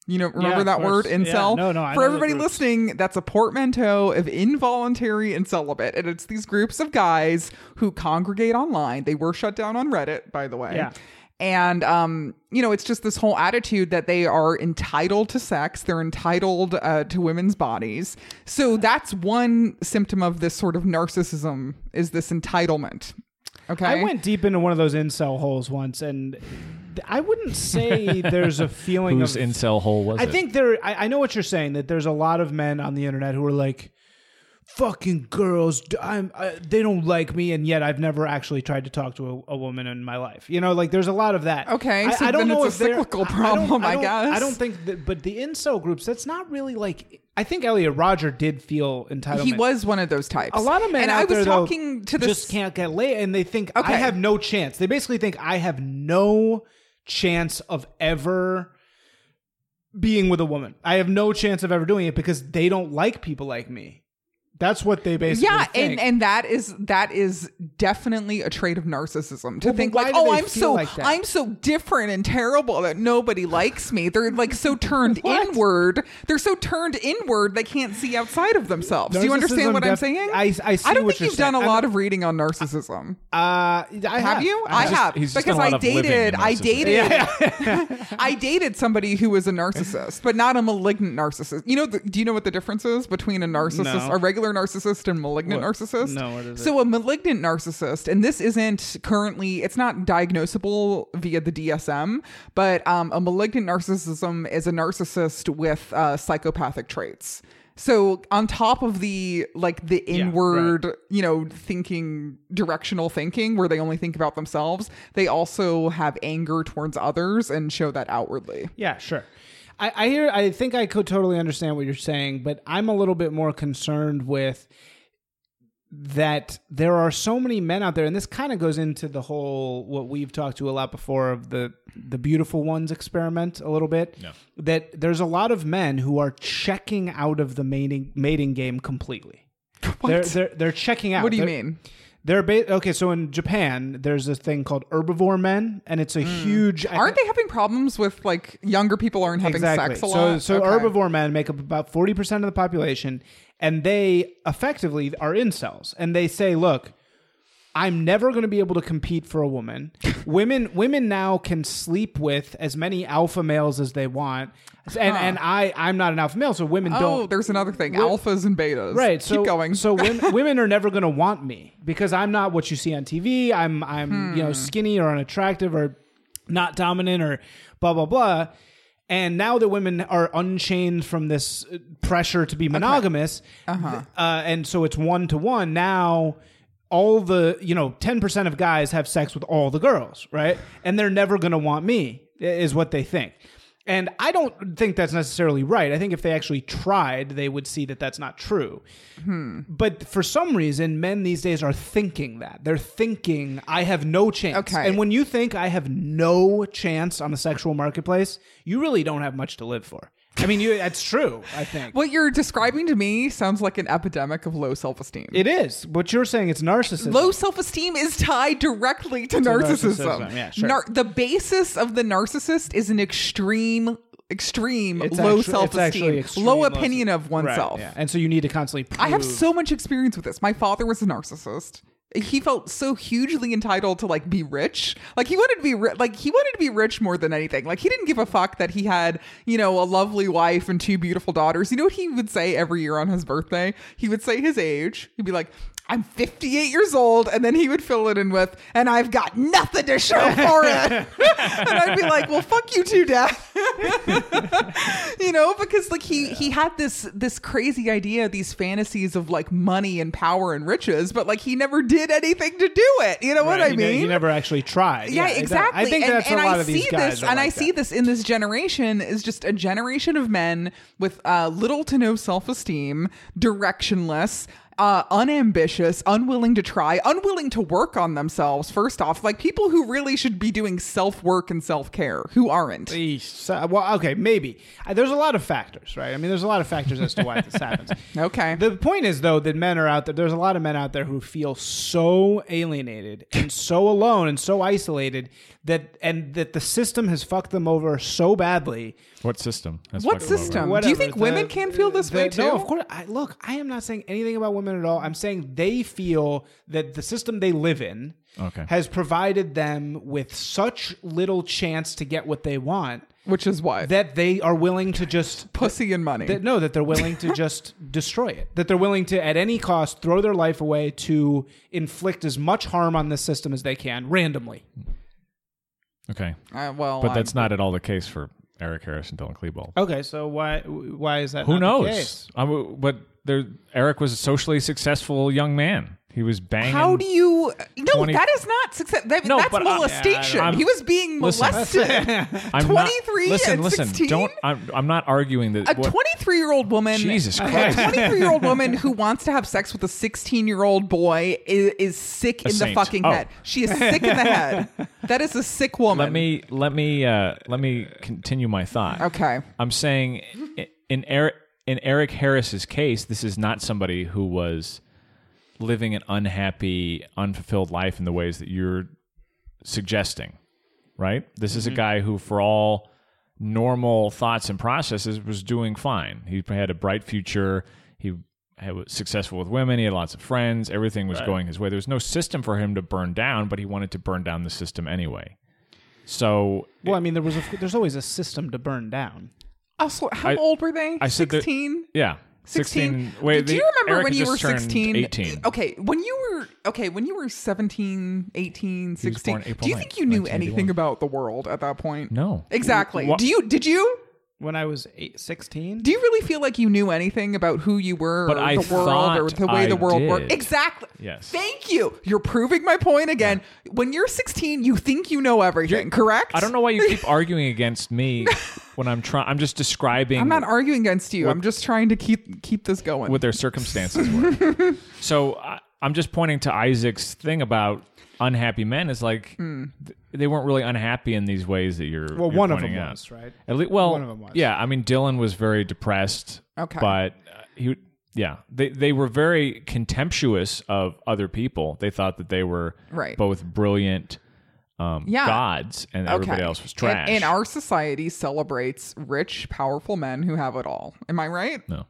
A: You know, remember
B: of
A: that word
B: course.
A: incel?
B: Yeah, no, no, I
A: For
B: know the
A: everybody
B: groups.
A: listening, that's a portmanteau of involuntary and celibate, and it's these groups of guys who congregate online. They were shut down on Reddit, by the way.
B: Yeah.
A: And um, you know, it's just this whole attitude that they are entitled to sex, they're entitled uh, to women's bodies. So that's one symptom of this sort of narcissism is this entitlement. Okay.
B: I went deep into one of those incel holes once, and th- I wouldn't say there's a feeling
C: Whose
B: of
C: incel hole was
B: I
C: it?
B: think there. I, I know what you're saying. That there's a lot of men on the internet who are like, "Fucking girls, d- I'm. I, they don't like me," and yet I've never actually tried to talk to a, a woman in my life. You know, like there's a lot of that.
A: Okay,
B: I,
A: so
B: I don't
A: then
B: know
A: it's
B: if
A: a
B: they're-
A: cyclical
B: I- I
A: problem,
B: don't-
A: I
B: don't-
A: guess.
B: I don't think. That, but the incel groups, that's not really like. I think Elliot Roger did feel entitled.
A: he was one of those types.
B: A lot of men
A: And
B: out
A: I was
B: there, though,
A: talking to this
B: just can't get laid, and they think
A: Okay.
B: I have no chance. They basically think I have no chance of ever being with a woman. I have no chance of ever doing it because they don't like people like me. That's what they basically
A: yeah
B: think.
A: and and that is that is definitely a trait of narcissism to
B: Well, but
A: think
B: why
A: like
B: do
A: oh
B: they
A: i'm
B: feel
A: so
B: like that?
A: i'm so different and terrible that nobody likes me they're like so turned
B: What?
A: inward they're so turned inward they can't see outside of themselves do you
B: Narcissism
A: understand what i'm
B: def-
A: saying
B: I- I see
A: don't
B: what
A: think
B: you're
A: you've done
B: saying.
A: a
B: I
A: lot of reading on narcissism
B: uh, I have,
A: have you
B: I
A: i
B: have.
A: have
C: he's just
A: because
C: done a lot
A: i
C: of living
A: dated
C: in
A: i
C: narcissism.
A: dated i dated somebody who was a narcissist but not a malignant narcissist you know the, do you know what the difference is between a narcissist
B: No.
A: a regular narcissist and malignant
B: What?
A: narcissist
B: No, what is it?
A: so a malignant narcissist, and this isn't currently, it's not diagnosable via the DSM, but um, a malignant narcissism is a narcissist with uh, psychopathic traits. So on top of the like the
B: right.
A: inward, you know, thinking directional thinking where they only think about themselves, they also have anger towards others and show that outwardly.
B: Yeah, sure. I, I hear. I think I could totally understand what you're saying, but I'm a little bit more concerned with that there are so many men out there, and this kind of goes into the whole what we've talked to a lot before of the the beautiful ones experiment a little bit. That there's a lot of men who are checking out of the mating mating game completely. They're, they're they're checking out.
A: What do you
B: They're-
A: mean?
B: They're ba- okay. So in Japan, there's a thing called herbivore men, and it's a huge. I-
A: Mm. Aren't they having problems with like younger people aren't having
B: exactly.
A: sex a
B: so,
A: lot?
B: So
A: Okay.
B: herbivore men make up about 40% of the population, and they effectively are incels. And they say, look, I'm never going to be able to compete for a woman. women women now can sleep with as many alpha males as they want. And and I I'm not an alpha male, so women
A: Oh,
B: don't
A: there's another thing. Alphas and betas.
B: Right.
A: Keep
B: So
A: going.
B: So women, women are never going to want me because I'm not what you see on TV. I'm I'm you know skinny or unattractive or not dominant or blah blah blah. And now that women are unchained from this uh, pressure to be monogamous, th- uh, and so it's one to one now. All the you know, ten percent of guys have sex with all the girls, right? And they're never going to want me, i- is what they think. And I don't think that's necessarily right. I think if they actually tried, they would see that that's not true. But for some reason, men these days are thinking that. They're thinking, I have no chance.
A: Okay.
B: And when you think, I have no chance on the sexual marketplace, you really don't have much to live for. I mean, you, that's true. I think
A: What you're describing to me sounds like an epidemic of low self esteem.
B: it is. What you're saying, it's narcissism.
A: Low self esteem is tied directly to, narcissism.
B: narcissism, yeah, sure.
A: the basis of the narcissist is an extreme, extreme
B: It's actu-
A: low
B: it's
A: self
B: actually
A: esteem,
B: extreme
A: low
B: low-
A: opinion of oneself.
B: Right, yeah. And so you need to constantly. Prove
A: I have so much experience with this. My father was a narcissist. He felt so hugely entitled to like be rich. Like he wanted to be ri- like he wanted to be rich more than anything. Like he didn't give a fuck that he had, you know, a lovely wife and two beautiful daughters. You know what he would say every year on his birthday? He would say his age. He'd be like, "I'm 58 years old." And then he would fill it in with, "And I've got nothing to show for it." and I'd be like, "Well, fuck you too, dad." you know because like he he had this this crazy idea these fantasies of like money and power and riches but like he never did anything to do it you know what i
B: Right, you ne-
A: mean
B: you never actually tried.
A: yeah, exactly.
B: I think
A: and,
B: that's
A: and
B: a lot
A: I
B: of these
A: see
B: guys.
A: this,
B: are
A: and I
B: like
A: see
B: that.
A: this in this generation is just a generation of men with uh, little to no self esteem, directionless. Uh, unambitious, unwilling to try, unwilling to work on themselves. First off, like people who really should be doing self work and self care, who aren't.
B: Eesh. So- well, okay, maybe. Uh, There's a lot of factors, right? I mean, there's a lot of factors as to why this happens.
A: Okay.
B: The point is, though, that men are out there. There's a lot of men out there who feel so alienated and so alone and so isolated that, and that the system has fucked them over so badly.
C: What system? That's
A: What
C: fucking over.
A: system? Do you
B: Whatever,
A: think
B: the-
A: women can feel this
B: the-
A: way too?
B: No, of course. I, look, I am not saying anything about women at all. I'm saying they feel that the system they live in
C: Okay.
B: has provided them with such little chance to get what they want
A: Which is what?
B: that they are willing to just
A: Pussy and money.
B: that no that they're willing to just destroy it that they're willing to at any cost throw their life away to inflict as much harm on this system as they can randomly
C: Okay,
A: Uh, well,
C: but
A: I'm-
C: that's not at all the case for Eric Harris and Dylan Klebold.
B: okay so why why is that
C: Who knows? I w- but there, Eric was a socially successful young man. He was banging.
A: How do you? No,
C: 20
A: that is not success. That,
C: No,
A: that's
C: but, uh,
A: molestation.
C: yeah, I don't-
A: he was being
C: Listen.
A: molested.
C: I'm
A: 23
C: listen,
A: and
C: listen.
A: 16?
C: Don't. I'm, I'm not arguing that.
A: A
C: what-
A: 23 year old woman.
C: Jesus
A: A
C: Christ.
A: 23 year old woman who wants to have sex with a 16 year old boy is, is sick
C: A
A: in the
C: saint.
A: fucking
C: Oh.
A: head. She is sick in the head. That is a sick woman.
C: let me let me uh, let me continue my thought.
A: Okay.
C: I'm saying i- in Eric in Eric Harris's case, this is not somebody who was living an unhappy, unfulfilled life in the ways that you're suggesting, right? This is a guy who, for all normal thoughts and processes, was doing fine. He had a bright future. He had- was successful with women. He had lots of friends. Everything was going his way. There was no system for him to burn down, but he wanted to burn down the system anyway. So
B: well i mean there was a, there's always a system to burn down
A: Also, how
C: I-
A: old were they?
C: I said that-
A: 16?
C: Yeah.
A: 16
C: Wait,
A: do
C: the-
A: you remember
C: Eric
A: when
C: had
A: you
C: just
A: were
C: turned
A: 16
C: 18.
A: okay when you were okay when you were 17 18 16
C: born April
A: do you
C: 9th,
A: think you knew
C: 1981.
A: anything about the world at that point
C: No.
A: exactly
C: Wha-
A: do you did you
B: when i was eight, 16
A: do you really feel like you knew anything about who you were
C: But
A: or
C: I
A: the world or
C: thought
A: the way
C: I
A: the world
C: did.
A: worked exactly
C: Yes.
A: thank you you're proving my point again when you're 16 you think you know everything correct
C: I don't know why you keep arguing against me when I'm trying. I'm just describing
A: i'm not arguing against you i'm just trying to keep keep this going
C: what their circumstances were. so I, I'm just pointing to Isaac's thing about unhappy men is like
A: Hmm.
C: th- they weren't really unhappy in these ways that you're.
B: well
C: you're
B: one of
C: pointing
B: them
C: out.
B: was right
C: At least, well,
B: One of 'em was.
C: yeah. I mean, Dylan was very depressed.
A: Okay.
C: but uh, he, yeah, they they were very contemptuous of other people. They thought that they were
A: Right.
C: both brilliant um,
A: Yeah.
C: gods, and everybody else was trash.
A: And, and our society celebrates rich, powerful men who have it all. Am I right?
C: no,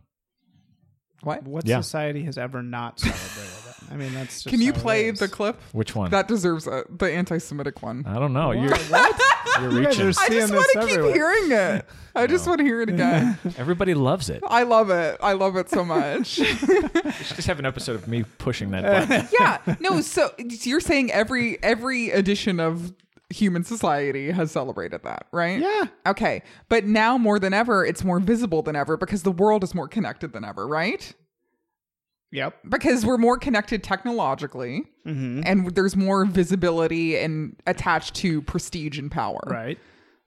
A: What?
B: what
C: Yeah.
B: society has ever not celebrated that i mean that's just
A: Can you
B: how it
A: play
B: is.
A: the clip?
C: which one?
A: That deserves a, the anti-Semitic one.
B: Uh,
C: I don't know. You're, you're
B: You guys
C: reaching.
B: are
A: I just
B: seeing this
A: want to keep
B: everywhere.
A: hearing it. I just want to hear it again.
C: Everybody loves it.
A: I love it. I love it so much.
C: We should just have an episode of me pushing that button.
A: yeah. No. So you're saying every every edition of human society has celebrated that, right?
B: Yeah.
A: Okay. But now more than ever, it's more visible than ever because the world is more connected than ever, right?
B: yep
A: because we're more connected technologically
B: Mm-hmm.
A: and there's more visibility and attached to prestige and power
B: right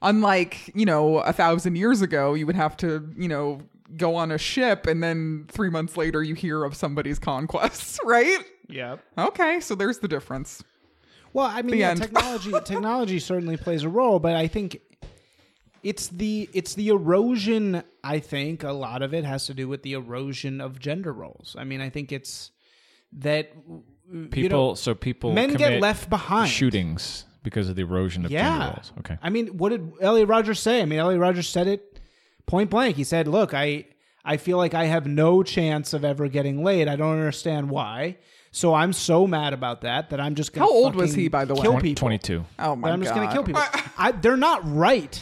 A: unlike you know a thousand years ago you would have to you know go on a ship and then three months later you hear of somebody's conquests right
B: yep
A: okay so there's the difference
B: Well, I mean,
A: The
B: yeah,
A: end.
B: technology technology certainly plays a role, but I think it's the it's the erosion. I think a lot of it has to do with the erosion of gender roles. I mean, I think it's that
C: People, so people
B: men get
C: commit
B: left behind.
C: shootings because of the erosion of gender
B: Yeah.
C: roles. Okay,
B: I mean, what did Elliot Rogers say? I mean, Elliot Rogers said it point blank. He said, "Look, I I feel like I have no chance of ever getting laid. I don't understand why. So I'm so mad about that that I'm just gonna
A: How old was
B: fucking
A: he, by the way?
B: Kill
A: Twen-
B: people.
C: twenty-two.
A: Oh
B: But
A: my
B: I'm just gonna
A: God.
B: kill people. I, they're not right.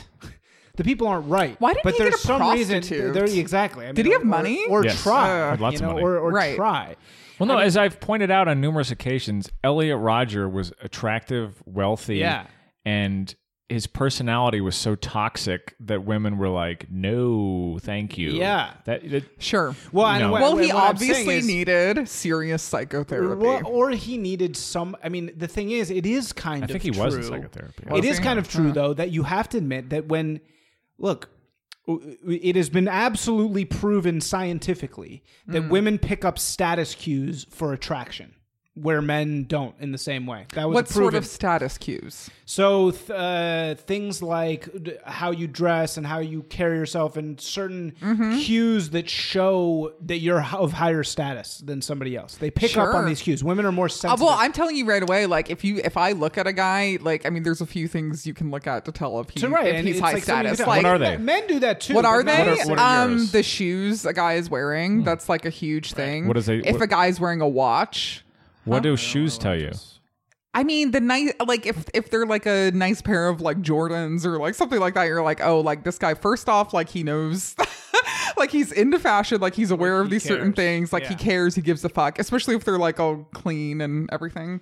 B: The people aren't right.
A: Why didn't
B: but
A: he get
B: there's
A: a
B: some reason
A: prostitute?
B: they're exactly. I mean,
A: Did he have
B: or-
A: money?
B: or,
C: Yes.
B: try?
A: Ugh.
C: Lots
B: you
C: of
B: know,
C: money.
B: or, or
A: Right.
B: try.
C: Well, no, as I've pointed out on numerous occasions, Elliot Roger was attractive, wealthy,
B: Yeah.
C: and his personality was so toxic that women were like, "No, thank you."
B: Yeah.
C: that, that
A: Sure.
B: Well, and
C: No.
B: what-
A: Well,
B: what-
A: he
B: what I'm
A: obviously
B: saying is-
A: needed serious psychotherapy.
B: Well, or he needed some. I mean, the thing is, it is kind of.
C: think he
B: true.
C: was in psychotherapy.
B: It
C: Was
B: is
A: he?
B: kind of true though that you have to admit that when, look, w- w- it has been absolutely proven scientifically
A: Mm.
B: that women pick up status cues for attraction, where men don't in the same way. That was
A: what
B: proven.
A: sort of status cues?
B: So th- uh, things like d- how you dress and how you carry yourself, and certain
A: Mm-hmm.
B: cues that show that you're h- of higher status than somebody else. They pick up on
A: Sure.
B: these cues. Women are more
A: Uh,
B: sensitive.
A: well, I'm telling you right away. Like, if you if I look at a guy, like, I mean, there's a few things you can look at to tell if, he,
B: So, right,
A: if
B: and
A: he's
B: it's
A: high
B: like something you
A: status.
B: don't-
A: Like,
C: What are they?
B: Men do that too.
A: What are
B: but not
A: they?
B: as
C: are- what are
A: um,
C: yours?
A: the shoes a guy is wearing. That's like a huge thing.
C: What is they-
A: If
C: what-
A: a guy's wearing a watch.
C: what do shoes tell you?
A: I mean the nice like if if they're like a nice pair of like Jordans or like something like that you're like oh like this guy first off like he knows like he's into fashion like he's aware of
B: he
A: these certain
B: cares.
A: things like he
B: Yeah.
A: cares he gives a fuck especially if they're like all clean and everything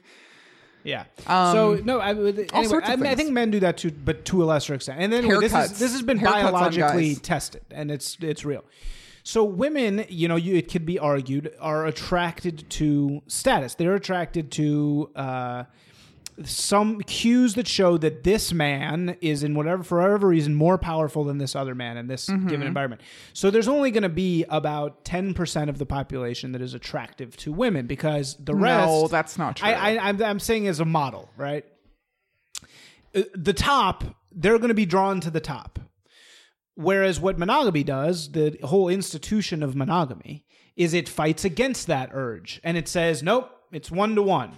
B: Yeah. so no, I, would- anyway,
A: Um, sorts of
B: I, mean, I
A: things.
B: think men do that too, but to a lesser extent. And then anyway, this is
A: Haircuts.
B: this has been
A: Haircuts on
B: biologically
A: guys.
B: tested, and it's it's real. So women, you know, you, it could be argued are attracted to status. They're attracted to. Uh, some cues that show that this man is in whatever for whatever reason more powerful than this other man in this
A: Mm-hmm.
B: given environment. So there's only going to be about 10% of the population that is attractive to women because the rest
A: No, that's not true.
B: I, I I'm, I'm saying as a model, right? Uh, The top, they're going to be drawn to the top. Whereas what monogamy does, the whole institution of monogamy, is it fights against that urge and it says, nope, it's one to one,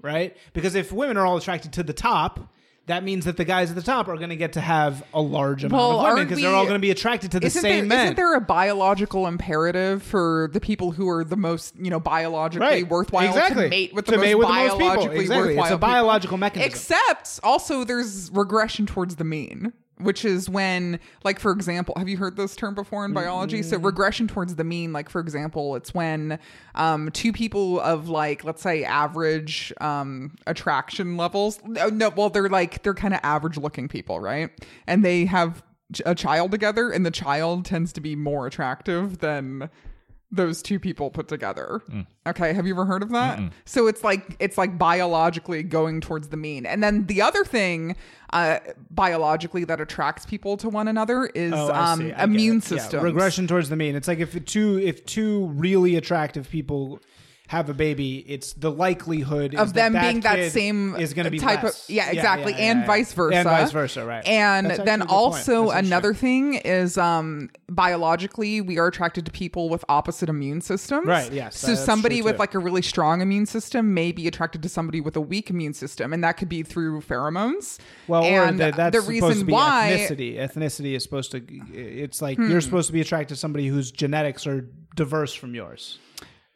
B: right? Because if women are all attracted to the top, that means that the guys at the top are going to get to have a large amount
A: Well,
B: of women
A: aren't
B: because
A: we-
B: they're all going to be attracted to the
A: isn't
B: same
A: there,
B: men.
A: isn't there a biological imperative for the people who are the most you know biologically
B: Right.
A: worthwhile
B: Exactly.
A: to mate with
B: To
A: the most
B: mate with the most people.
A: biologically
B: Exactly. It's
A: worthwhile
B: a
A: people.
B: biological mechanism.
A: except also there's regression towards the mean which is when like for example have you heard this term before in biology so regression towards the mean like for example it's when um, two people of like let's say average um, attraction levels no, no well they're like they're kind of average looking people right and they have ch- a child together and the child tends to be more attractive than those two people put together. Okay, have you ever heard of that? So it's like it's like biologically going towards the mean. And then the other thing uh biologically that attracts people to one another is
B: Oh, I
A: um
B: see. I get
A: immune
B: it. Yeah,
A: systems.
B: regression towards the mean. It's like if two if two really attractive people have a baby, it's the likelihood is
A: of
B: that
A: them
B: that
A: being that
B: kid
A: same
B: is going to be
A: type
B: less.
A: of yeah exactly and
B: yeah,
A: vice
B: yeah.
A: versa
B: and vice versa right
A: and
B: That's
A: then
B: actually a good point.
A: also
B: That's interesting.
A: another thing is um biologically we are attracted to people with opposite immune systems
B: Right, yes,
A: so
B: that's
A: somebody
B: true,
A: with
B: too.
A: like a really strong immune system may be attracted to somebody with a weak immune system and that could be through pheromones
B: well
A: and
B: or that, that's
A: the
B: supposed
A: reason
B: to be
A: why Hmm.
B: ethnicity ethnicity is supposed to it's like you're supposed to be attracted to somebody whose genetics are diverse from yours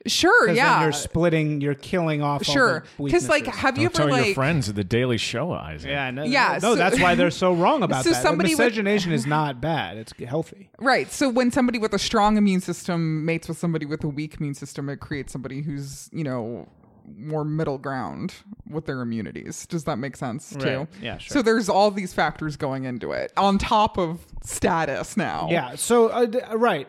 A: sure
B: 'Cause
A: yeah
B: then you're splitting you're killing off all
A: sure
B: the
A: because like
B: weaknesses.
A: have you
C: Don't
A: ever
C: tell
A: like
C: your friends at the Daily Show, Isaac.
B: Yeah, no,
A: Yeah,
B: no,
A: so-
B: that's why they're so wrong about
A: So
B: that.
A: somebody
B: Somebody
A: would-
B: Miscegenation is not bad; it's healthy.
A: Right. So when somebody with a strong immune system mates with somebody with a weak immune system, it creates somebody who's, you know, more middle ground with their immunities. Does that make sense too?
B: Right. Yeah, sure.
A: So there's all these factors going into it on top of status now.
B: Yeah. So uh, d- uh, right,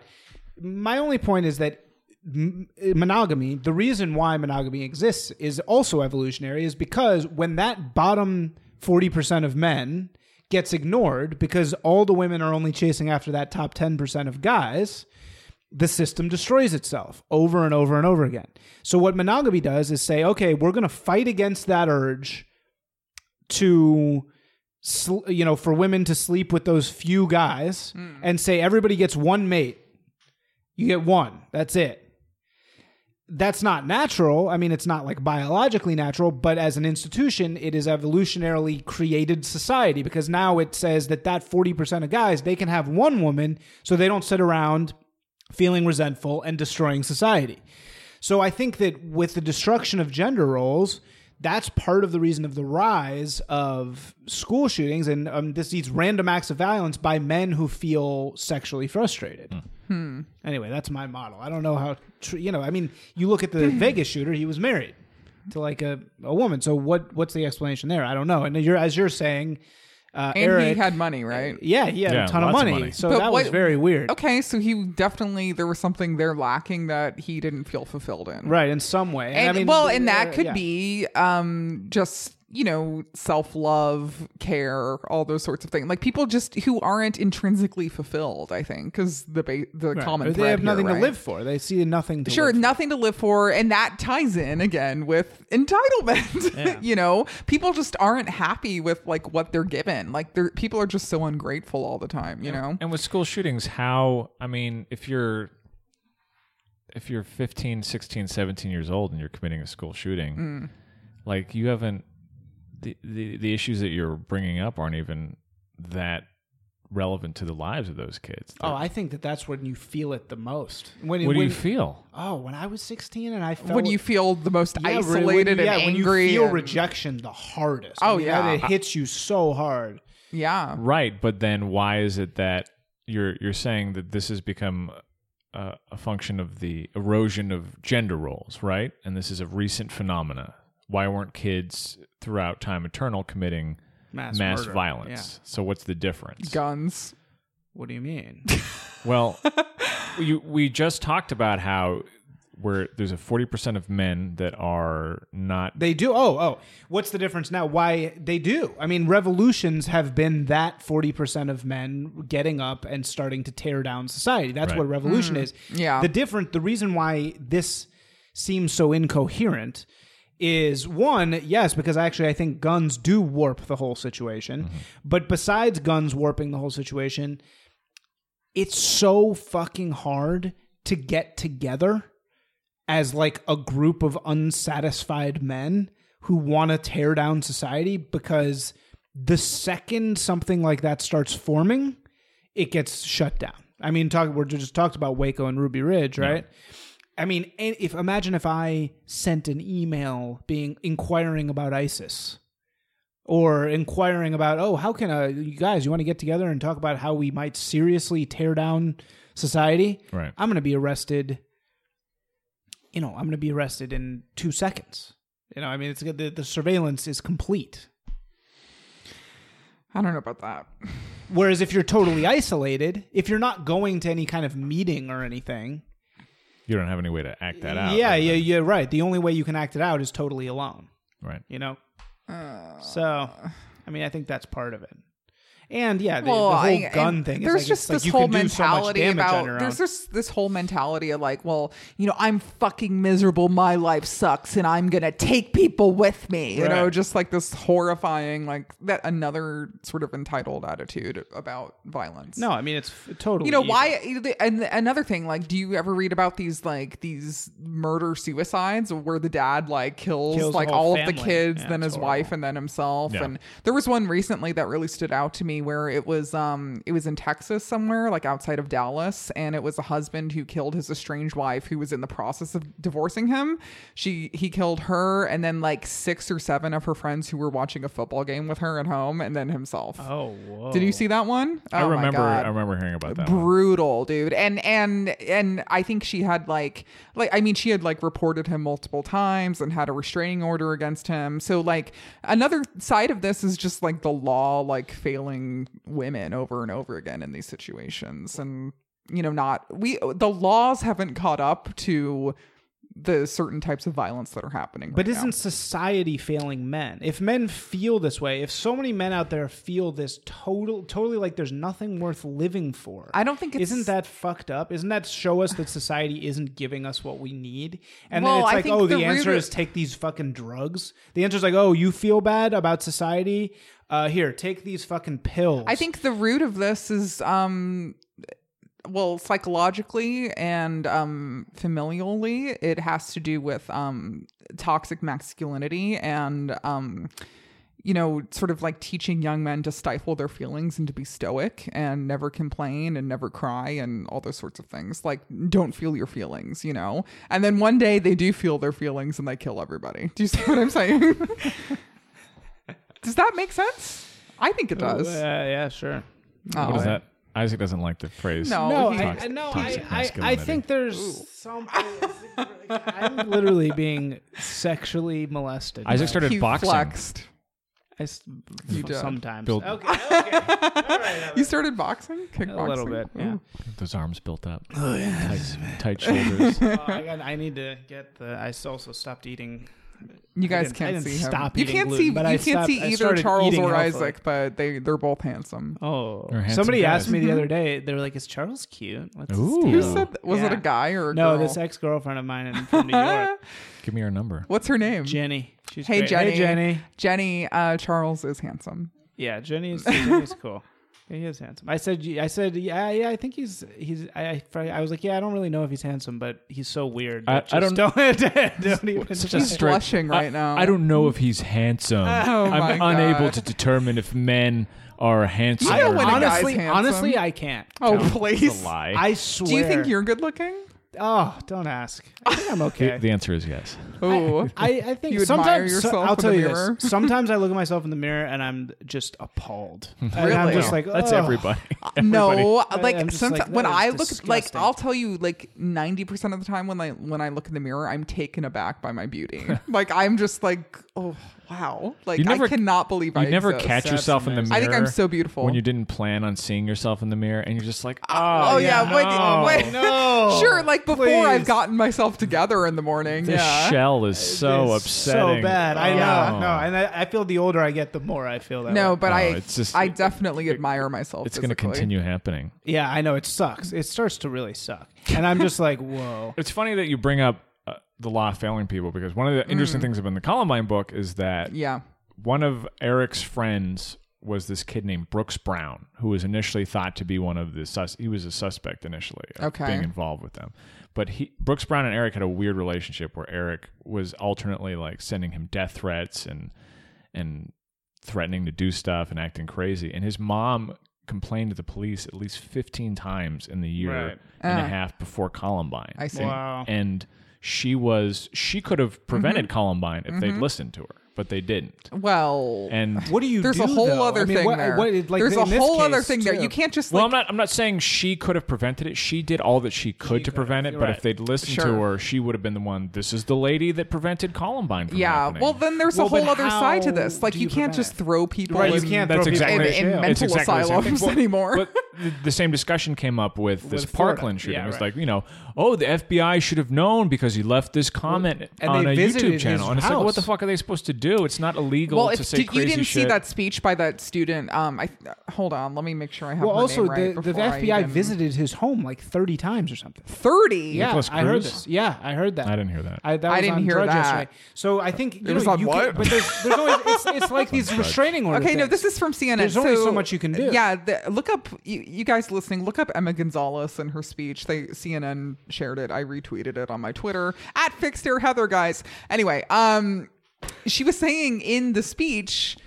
B: my only point is that m- uh, monogamy. The reason why monogamy exists is also evolutionary, is because when that bottom forty percent of men gets ignored because all the women are only chasing after that top ten percent of guys. the system destroys itself over and over and over again. So what monogamy does is say, okay, we're going to fight against that urge to sl- you know, for women to sleep with those few guys and say everybody gets one mate. You get one. That's it. That's not natural. I mean, it's not like biologically natural, but as an institution, it is evolutionarily created society because now it says that that 40% of guys, they can have one woman so they don't sit around feeling resentful and destroying society. So I think that with the destruction of gender roles, that's part of the reason of the rise of school shootings and um, this these random acts of violence by men who feel sexually frustrated.
A: Hmm.
B: Hmm. Anyway, that's my model. I don't know how tr- you know. I mean, you look at the Vegas shooter; he was married to like a, a woman. So what? What's the explanation there? I don't know. And you're as you're saying, uh,
A: And
B: Eric, uh,
A: he had money, right?
B: yeah, he had
C: Yeah,
B: a ton of
C: lots of
B: money,
C: money.
B: So
A: But
B: that was
A: what-
B: very weird.
A: Okay, so he definitely there was something there lacking that he didn't feel fulfilled in.
B: Right, in some way. And,
A: And,
B: I mean,
A: well, and that
B: uh,
A: could
B: yeah.
A: be um just you know self love, care, all those sorts of things. Like people just who aren't intrinsically fulfilled. I think because the ba- the
B: Right.
A: common
B: But they
A: thread
B: have
A: here,
B: nothing to
A: right?
B: live for. They see nothing to
A: Sure,
B: live for.
A: nothing to live for, and that ties in again with entitlement.
B: Yeah.
A: you know, people just aren't happy with like what they're given. Like, they're, people are just so ungrateful all the time. You know,
C: And with school shootings, how I mean, if you're if you're 15, 16, 17 years old and you're committing a school shooting,
B: Mm.
C: like you haven't the, the the issues that you're bringing up aren't even that relevant to the lives of those kids.
B: Oh, I think that that's when you feel it the most. When,
C: what do
B: when,
C: you feel?
B: Oh, when I was 16 and I felt
A: when you feel the most
B: Yeah, when- when
A: isolated and
B: you- yeah,
A: angry,
B: when you feel
A: and-
B: rejection the hardest.
A: Oh,
B: I mean,
A: yeah.
B: It hits you so hard.
A: yeah,
C: Right, but then why is it that you're you're saying that this has become a, a function of the erosion of gender roles, right? And this is a recent phenomena. Why weren't kids throughout time eternal committing
B: Mass
C: mass,
B: murder.
C: violence? So what's the difference?
A: guns.
B: What do you mean?
C: Well, you, we just talked about how where there's a 40% of men that are not
B: They do. Oh, oh. What's the difference now? Why they do? I mean, revolutions have been that forty percent of men getting up and starting to tear down society. That's
C: Right.
B: what revolution is.
A: yeah.
B: The different. The reason why this seems so incoherent is one yes because actually i think guns do warp the whole situation but besides guns warping the whole situation it's so fucking hard to get together as like a group of unsatisfied men who want to tear down society because the second something like that starts forming, it gets shut down. I mean, talk we just talked about Waco and Ruby Ridge, right? I mean, and if imagine if I sent an email being inquiring about ISIS or inquiring about, oh, how can uh, you guys you want to get together and talk about how we might seriously tear down society?
C: Right.
B: I'm going to be arrested you know, I'm going to be arrested in two seconds. You know, I mean, it's the, the surveillance is complete.
A: I don't know about that.
B: Whereas if you're totally isolated, if you're not going to any kind of meeting or anything,
C: you don't have any way to act that out.
B: yeah,
C: right?
B: yeah, yeah, right. The only way you can act it out is totally alone.
C: Right.
B: You know,
A: Oh.
B: so I mean, I think that's part of it. And yeah, the,
A: Well,
B: the whole
A: I-
B: gun
A: and
B: thing.
A: There's
B: is like,
A: just
B: it's like
A: this
B: you
A: whole
B: can do so much
A: mentality
B: damage on
A: about
B: your
A: there's
B: own.
A: this this whole mentality of like, well, you know, I'm fucking miserable, my life sucks, and I'm gonna take people with me. You know,
B: Right.
A: just like this horrifying, like that another sort of entitled attitude about violence.
B: no, I mean, it's f- totally.
A: You know
B: evil.
A: why? And another thing, like, do you ever read about these like these murder suicides where the dad like kills,
B: Kills the
A: like
B: whole
A: all of the
B: family.
A: kids,
B: Yeah,
A: then
B: it's
A: his wife, and then himself?
C: Yeah.
A: And there was one recently that really stood out to me where it was um it was in Texas somewhere, like outside of Dallas, and it was a husband who killed his estranged wife who was in the process of divorcing him. She he killed her and then like six or seven of her friends who were watching a football game with her at home, and then himself.
B: Oh, whoa.
A: Did you see that one?
C: I
A: Oh my
C: remember
A: God
C: I remember hearing about that. one.
A: brutal dude and and and i think she had like like i mean she had like reported him multiple times and had a restraining order against him so like another side of this is just like the law like failing women over and over again in these situations and you know not we the laws haven't caught up to the certain types of violence that are happening. right
B: But isn't
A: now.
B: society failing men? If men feel this way, if so many men out there feel this total, totally like there's nothing worth living for,
A: I don't think it's-
B: isn't that fucked up? Isn't that show us that society isn't giving us what we need? And
A: Well,
B: then it's
A: I
B: like,
A: think
B: oh,
A: the
B: the, answer
A: root-
B: is take these fucking drugs. The answer is like, oh, you feel bad about society. Uh, here, take these fucking pills.
A: I think the root of this is um well psychologically and um familially it has to do with um toxic masculinity and um you know sort of like teaching young men to stifle their feelings and to be stoic and never complain and never cry and all those sorts of things like don't feel your feelings you know and then one day they do feel their feelings and they kill everybody do you see what i'm saying does that make sense i think it
B: Uh,
A: does
B: yeah, sure.
A: Oh.
C: What is that? Isaac doesn't like the phrase.
A: No.
B: No,
A: he-
C: Oh,
B: I, I,
C: Toxic-
B: no,
C: toxic
B: I, I, I
C: masculinity.
B: think there's something. I'm literally being sexually molested.
C: Isaac
B: by-
C: started
A: You
C: boxing.
A: flexed.
B: I s-
A: did.
B: sometimes.
C: Build-
B: Okay,
A: You started boxing, kickboxing, Oh.
B: a little bit. Yeah.
C: Those arms built up. Oh yeah. Tight, tight shoulders.
B: Oh, I, got, I need to get the. I s- also stopped eating.
A: You guys
B: didn't- I
A: can't
B: didn't
A: see him.
B: stop
A: you
B: eating
A: can't
B: gluten,
A: see.
B: but
A: you
B: I
A: can't
B: stopped-
A: see
B: I
A: either
B: started
A: Charles
B: eating
A: or
B: healthily.
A: Isaac, but they they're both handsome.
B: Oh,
C: They're handsome
B: somebody
C: guys. Mm-hmm.
B: asked me the other day. They were like, "Is Charles cute?" What's his
C: Ooh.
B: deal?"
C: Who
A: Who said? That? Was it a
B: Yeah.
A: guy or a
B: No,
A: girl?
B: this ex girlfriend of mine in- from New York,
C: Give me your number.
A: What's her name?
B: Jenny. She's
A: Hey,
B: great.
A: Jenny.
B: Hey Jenny.
A: Jenny. Uh, Charles is handsome.
B: Yeah, Jenny's Jenny's cool. Yeah, he is handsome. I said, I said, yeah, yeah. I think he's he's. I, I, I was like, yeah, I don't really know if he's handsome, but he's so weird.
C: I-
B: that
C: I
B: just
C: don't-
B: don't, don't even
C: Such a
B: try.
A: He's
C: stretch.
A: blushing right
C: I-
A: now. Oh
C: I don't know if he's handsome. I'm
A: my
C: unable
A: God.
C: to determine if men are handsome.
A: I know
C: or
A: when a
C: not.
A: guy's
B: honestly,
A: handsome.
B: honestly, I can't.
A: Oh
B: Tell.
A: please!
C: It's a lie.
B: I swear.
A: Do you think you're good looking?
B: Oh, don't ask. I think I'm okay.
C: The, the answer is yes.
A: Oh,
B: I, I think
A: You admire
B: sometimes so-
A: yourself
B: I'll
A: in
B: tell
A: the
B: you
A: mirror?
B: this. Sometimes I look at myself in the mirror and I'm just appalled. And I'm
A: Really?
B: just like,
C: That's
A: oh.
B: "Ugh."
C: everybody.
A: no,
B: I- I'm
A: like
B: just
A: sometimes
B: like,
A: when
B: that is
A: I look, like
B: disgusting.
A: I'll tell you, like ninety percent of the time when I when I look in the mirror, I'm taken aback by my beauty. like I'm just like, oh wow, like
C: You never-
A: I cannot believe I
C: You never
A: exist.
C: catch
B: That's
C: yourself in the mirror.
A: I think I'm so beautiful.
C: When you didn't plan on seeing yourself in the mirror, and you're just like,
A: Oh,
C: oh,
A: yeah,
C: no.
A: wait, wait.
B: No.
A: sure, like before I've
B: please.
A: gotten myself together in the morning.
C: This
A: yeah.
C: shell is so
B: It's
C: upsetting.
B: So bad. I
A: Yeah.
B: know. No, and I, I feel the older I get, the more I feel that.
A: no,
B: way.
A: but
C: Oh,
A: I
C: it's just-
A: I definitely admire myself.
C: It's going to
A: physically.
C: continue happening.
B: yeah, I know it sucks. It starts to really suck, and I'm just like, whoa.
C: It's funny that you bring up uh, the law of failing people because one of the interesting things about the Columbine book is that
A: Yeah.
C: one of Eric's friends was this kid named Brooks Brown, who was initially thought to be one of the sus- he was a suspect initially of
A: Okay.
C: being involved with them. But he Brooks Brown and Eric had a weird relationship where Eric was alternately like sending him death threats and and threatening to do stuff and acting crazy. And his mom complained to the police at least 15 times in the year
B: Right.
C: and
A: Ah.
C: a half before Columbine.
A: I see.
B: Wow.
C: And she was she could have prevented
A: Mm-hmm.
C: Columbine if they'd listened to her, but they didn't.
A: Well,
C: And
B: What do you?
A: there's
B: do,
A: a whole
B: though?
A: other
B: I mean,
A: thing
B: what-
A: there.
B: what- like,
A: there's a
B: in this
A: whole other
B: case,
A: thing there.
B: too.
A: You can't just
C: well,
A: like
C: I'm not. I'm not saying she could have prevented it. She did all that she could to prevent it. But
B: right.
C: if they'd listened to
A: Sure.
C: her, she would have been the one. This is the lady that prevented Columbine. From
A: Yeah.
C: happening."
A: Well, then there's
B: Well,
A: a whole
B: but
A: other side to
B: how
A: this. Like
B: do
A: you,
B: you
A: can't
B: prevent
A: just
B: it?
A: throw people.
B: Right, you
A: in-
B: can't
C: That's
B: throw people
C: exactly
B: in
C: the same-
A: in
C: it's
A: mental
C: exactly the same
A: asylums
C: thing.
A: anymore.
C: But the, the same discussion came up with this
B: With Florida.
C: Parkland shooting.
B: Yeah,
C: it was
B: right.
C: like you know, oh, the FBI should have known because he left this comment
B: and
C: on
B: they
C: a
B: visited
C: YouTube
B: his
C: channel. And it's like,
B: house.
C: what the fuck are they supposed to do? It's not illegal
A: well,
C: to
A: if
C: say
A: did,
C: crazy
A: you didn't see
C: shit.
A: that speech by that student, um, I hold on, let me make sure I have.
B: Well,
A: her
B: also
A: name right
B: the, the
A: before I
B: FBI
A: even-
B: visited his home like 30 times or something.
A: thirty.
B: Yeah,
C: Nicholas
B: I heard
C: Cruz?
B: this. Yeah, I heard that.
C: I didn't hear that.
B: I, that
A: I
B: was
A: didn't
B: on
A: hear
B: Drudge
A: that.
B: yesterday. So I think you know,
A: was on
B: you
A: what?
B: Can, but there's, there's always it's, it's like these
C: Drudge.
B: restraining orders.
A: Okay, no, this is from CNN.
B: There's only so much you can do.
A: Yeah, the, look up you, you guys listening. Look up Emma Gonzalez and her speech. They CNN shared it. I retweeted it on my Twitter at Fixed Air Heather guys. Anyway, um, she was saying in the speech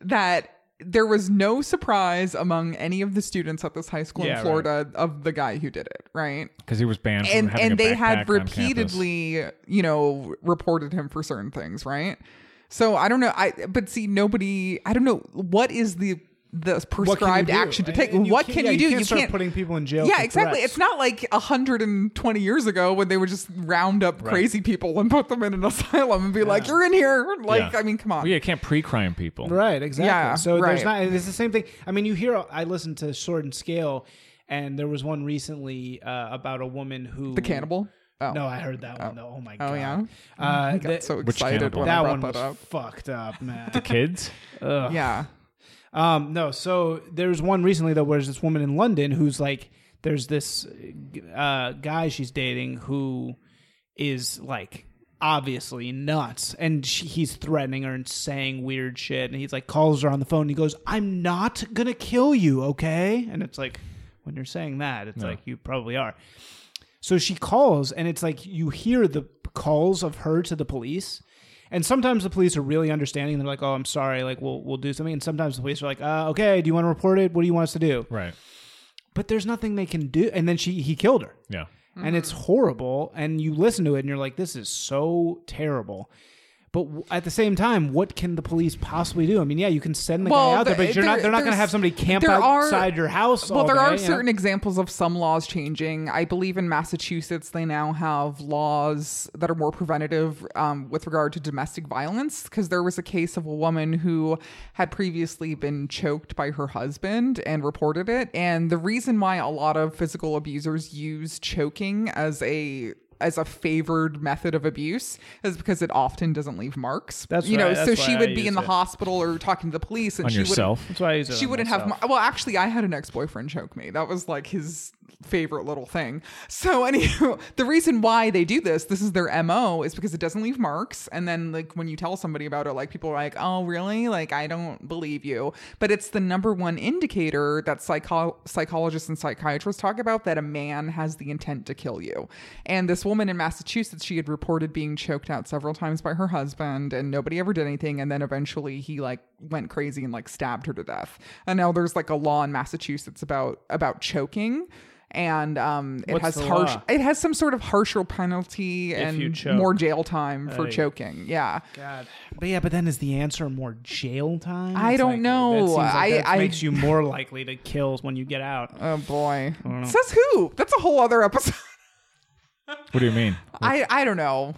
A: that there was no surprise among any of the students at this high school
B: Yeah,
A: in
B: right.
A: Florida of the guy who did it. Right
C: because he was banned from
A: and
C: having
A: and
C: a
A: they
C: backpack on
A: had
C: campus.
A: repeatedly you know reported him for certain things right so i don't know i but see nobody i don't know what is the the prescribed
B: do?
A: action to take
B: And you
A: what
B: can't-
A: can
B: yeah,
A: you
B: you
A: do
B: can't start putting people in jail
A: yeah
B: for
A: exactly
B: threats.
A: it's not like 120 years ago when they would just round up crazy people and put them in an asylum and be like you're in here like
C: Yeah.
A: i mean come on
C: Well, yeah, you can't pre-crime people.
B: Right, exactly.
A: Yeah,
B: so there's
A: right.
B: not. It's the same thing. I mean, you hear. I listened to Sword and Scale, and there was one recently uh, about a woman who
A: the cannibal Oh.
B: No, I heard that one though. Oh my god.
A: Oh yeah.
B: Uh,
A: I got
B: that,
A: so
C: Which
A: excited
C: cannibal?
A: when I
B: that
A: brought
B: one
A: that
B: was
A: up.
B: fucked up, man.
C: Kids?
B: Ugh.
A: Yeah.
B: Um, no, so there's one recently though, where's this woman in London who's like, there's this uh, guy she's dating who is like obviously nuts, and she, he's threatening her and saying weird shit, and he's like calls her on the phone, and he goes, "I'm not gonna kill you, okay?" And it's like, when you're saying that, it's like you probably are. So she calls, and it's like you hear the calls of her to the police. And sometimes the police are really understanding. They're like, "Oh, I'm sorry. Like, we'll we'll do something." And sometimes the police are like, uh, "Okay, do you want to report it? What do you want us to do?"
C: Right.
B: But there's nothing they can do. And then she he killed her,
C: Yeah.
B: and it's
A: Mm-hmm.
B: horrible. And you listen to it, and you're like, "This is so terrible." But w- at the same time, what can the police possibly do? I mean, yeah, you can send the guy out there, but you're not—they're not going to
A: there's-
B: have somebody camp
A: there are-
B: outside your house.
A: Well,
B: all
A: there are
B: day, you know?
A: certain examples of some laws changing. I believe in Massachusetts they now have laws that are more preventative um, with regard to domestic violence because there was a case of a woman who had previously been choked by her husband and reported it. And the reason why a lot of physical abusers use choking as a as a favored method of abuse is because it often doesn't leave marks.
B: That's
A: you know,
B: right.
A: so
B: That's
A: she
B: why I
A: would be in
B: use
A: the
B: it.
A: hospital or talking to the police and
C: On
A: she
C: yourself?
A: would
B: That's why I use it
A: she
B: on
A: wouldn't
B: myself.
A: have. My, well, actually, I had an ex-boyfriend choke me. That was like his favorite little thing. So, anyhow, the reason why they do this, this is their mo, is because it doesn't leave marks. And then, like when you tell somebody about it, like people are like, "Oh, really? Like I don't believe you." But it's the number one indicator that psycho- psychologists and psychiatrists talk about that a man has the intent to kill you. And this woman in Massachusetts, she had reported being choked out several times by her husband, and nobody ever did anything. And then eventually, he like went crazy and like stabbed her to death. And now there's like a law in Massachusetts about about choking, and um, it
B: What's
A: has
B: the
A: harsh,
B: law?
A: it has some sort of harsher penalty
B: you
A: and
B: choke.
A: more jail time for
B: Aye.
A: choking. Yeah.
B: God. But yeah, but then is the answer more jail time?
A: I
B: It's
A: don't
B: like-
A: know.
B: That seems like
A: I-
B: that
A: I-
B: makes you more likely to kill when you get out.
A: Oh boy. Says who? That's a whole other episode.
C: What do you mean?
A: I I don't know.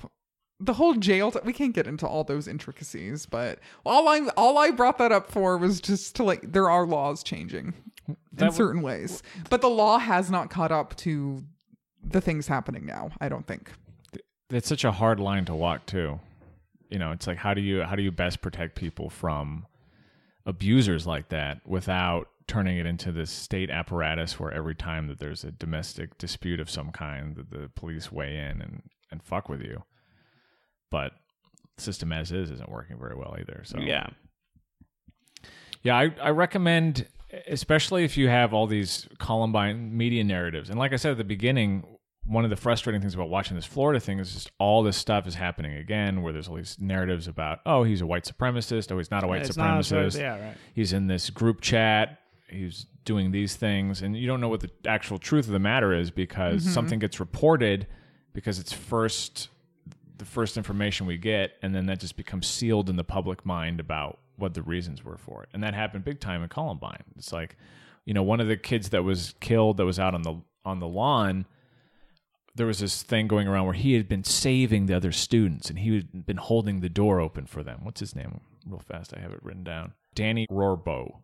A: The whole jail. T- we can't get into all those intricacies, but all I all I brought that up for was just to like there are laws changing in
C: That w-
A: certain ways, but the law has not caught up to the things happening now. I don't think.
C: It's such a hard line to walk too. You know, it's like how do you how do you best protect people from abusers like that without turning it into this state apparatus where every time that there's a domestic dispute of some kind that the police weigh in and and fuck with you. But system as is isn't working very well either. So
B: Yeah.
C: Yeah, I, I recommend, especially if you have all these Columbine media narratives. And like I said at the beginning, one of the frustrating things about watching this Florida thing is just all this stuff is happening again, where there's all these narratives about, oh, he's a white supremacist, oh, he's not a white
B: It's not a
C: supremacist,
B: supremacist, yeah, right.
C: he's in this group chat, he's doing these things, and you don't know what the actual truth of the matter is because
B: Mm-hmm.
C: something gets reported because it's first the first information we get, and then that just becomes sealed in the public mind about what the reasons were for it. And that happened big time in Columbine. It's like, you know, one of the kids that was killed that was out on the on the lawn, there was this thing going around where he had been saving the other students and he had been holding the door open for them. What's his name? Real fast, I have it written down. Danny Rorbo.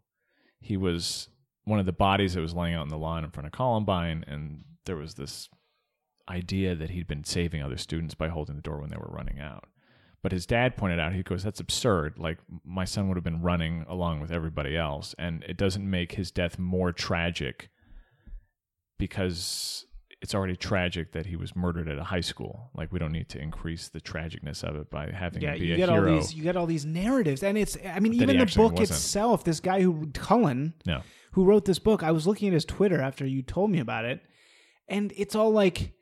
C: He was one of the bodies that was laying out on the lawn in front of Columbine, and there was this idea that he'd been saving other students by holding the door when they were running out. But his dad pointed out, he goes, That's absurd. Like, my son would have been running along with everybody else, and it doesn't make his death more tragic because it's already tragic that he was murdered at a high school. Like, we don't need to increase the tragicness of it by having
B: Yeah,
C: him be
B: you
C: a
B: get
C: hero.
B: all these you get all these narratives and it's I mean
C: he
B: even the
C: actually
B: book
C: wasn't.
B: itself, this guy who Cullen
C: no.
B: who wrote this book, I was looking at his Twitter after you told me about it and it's all like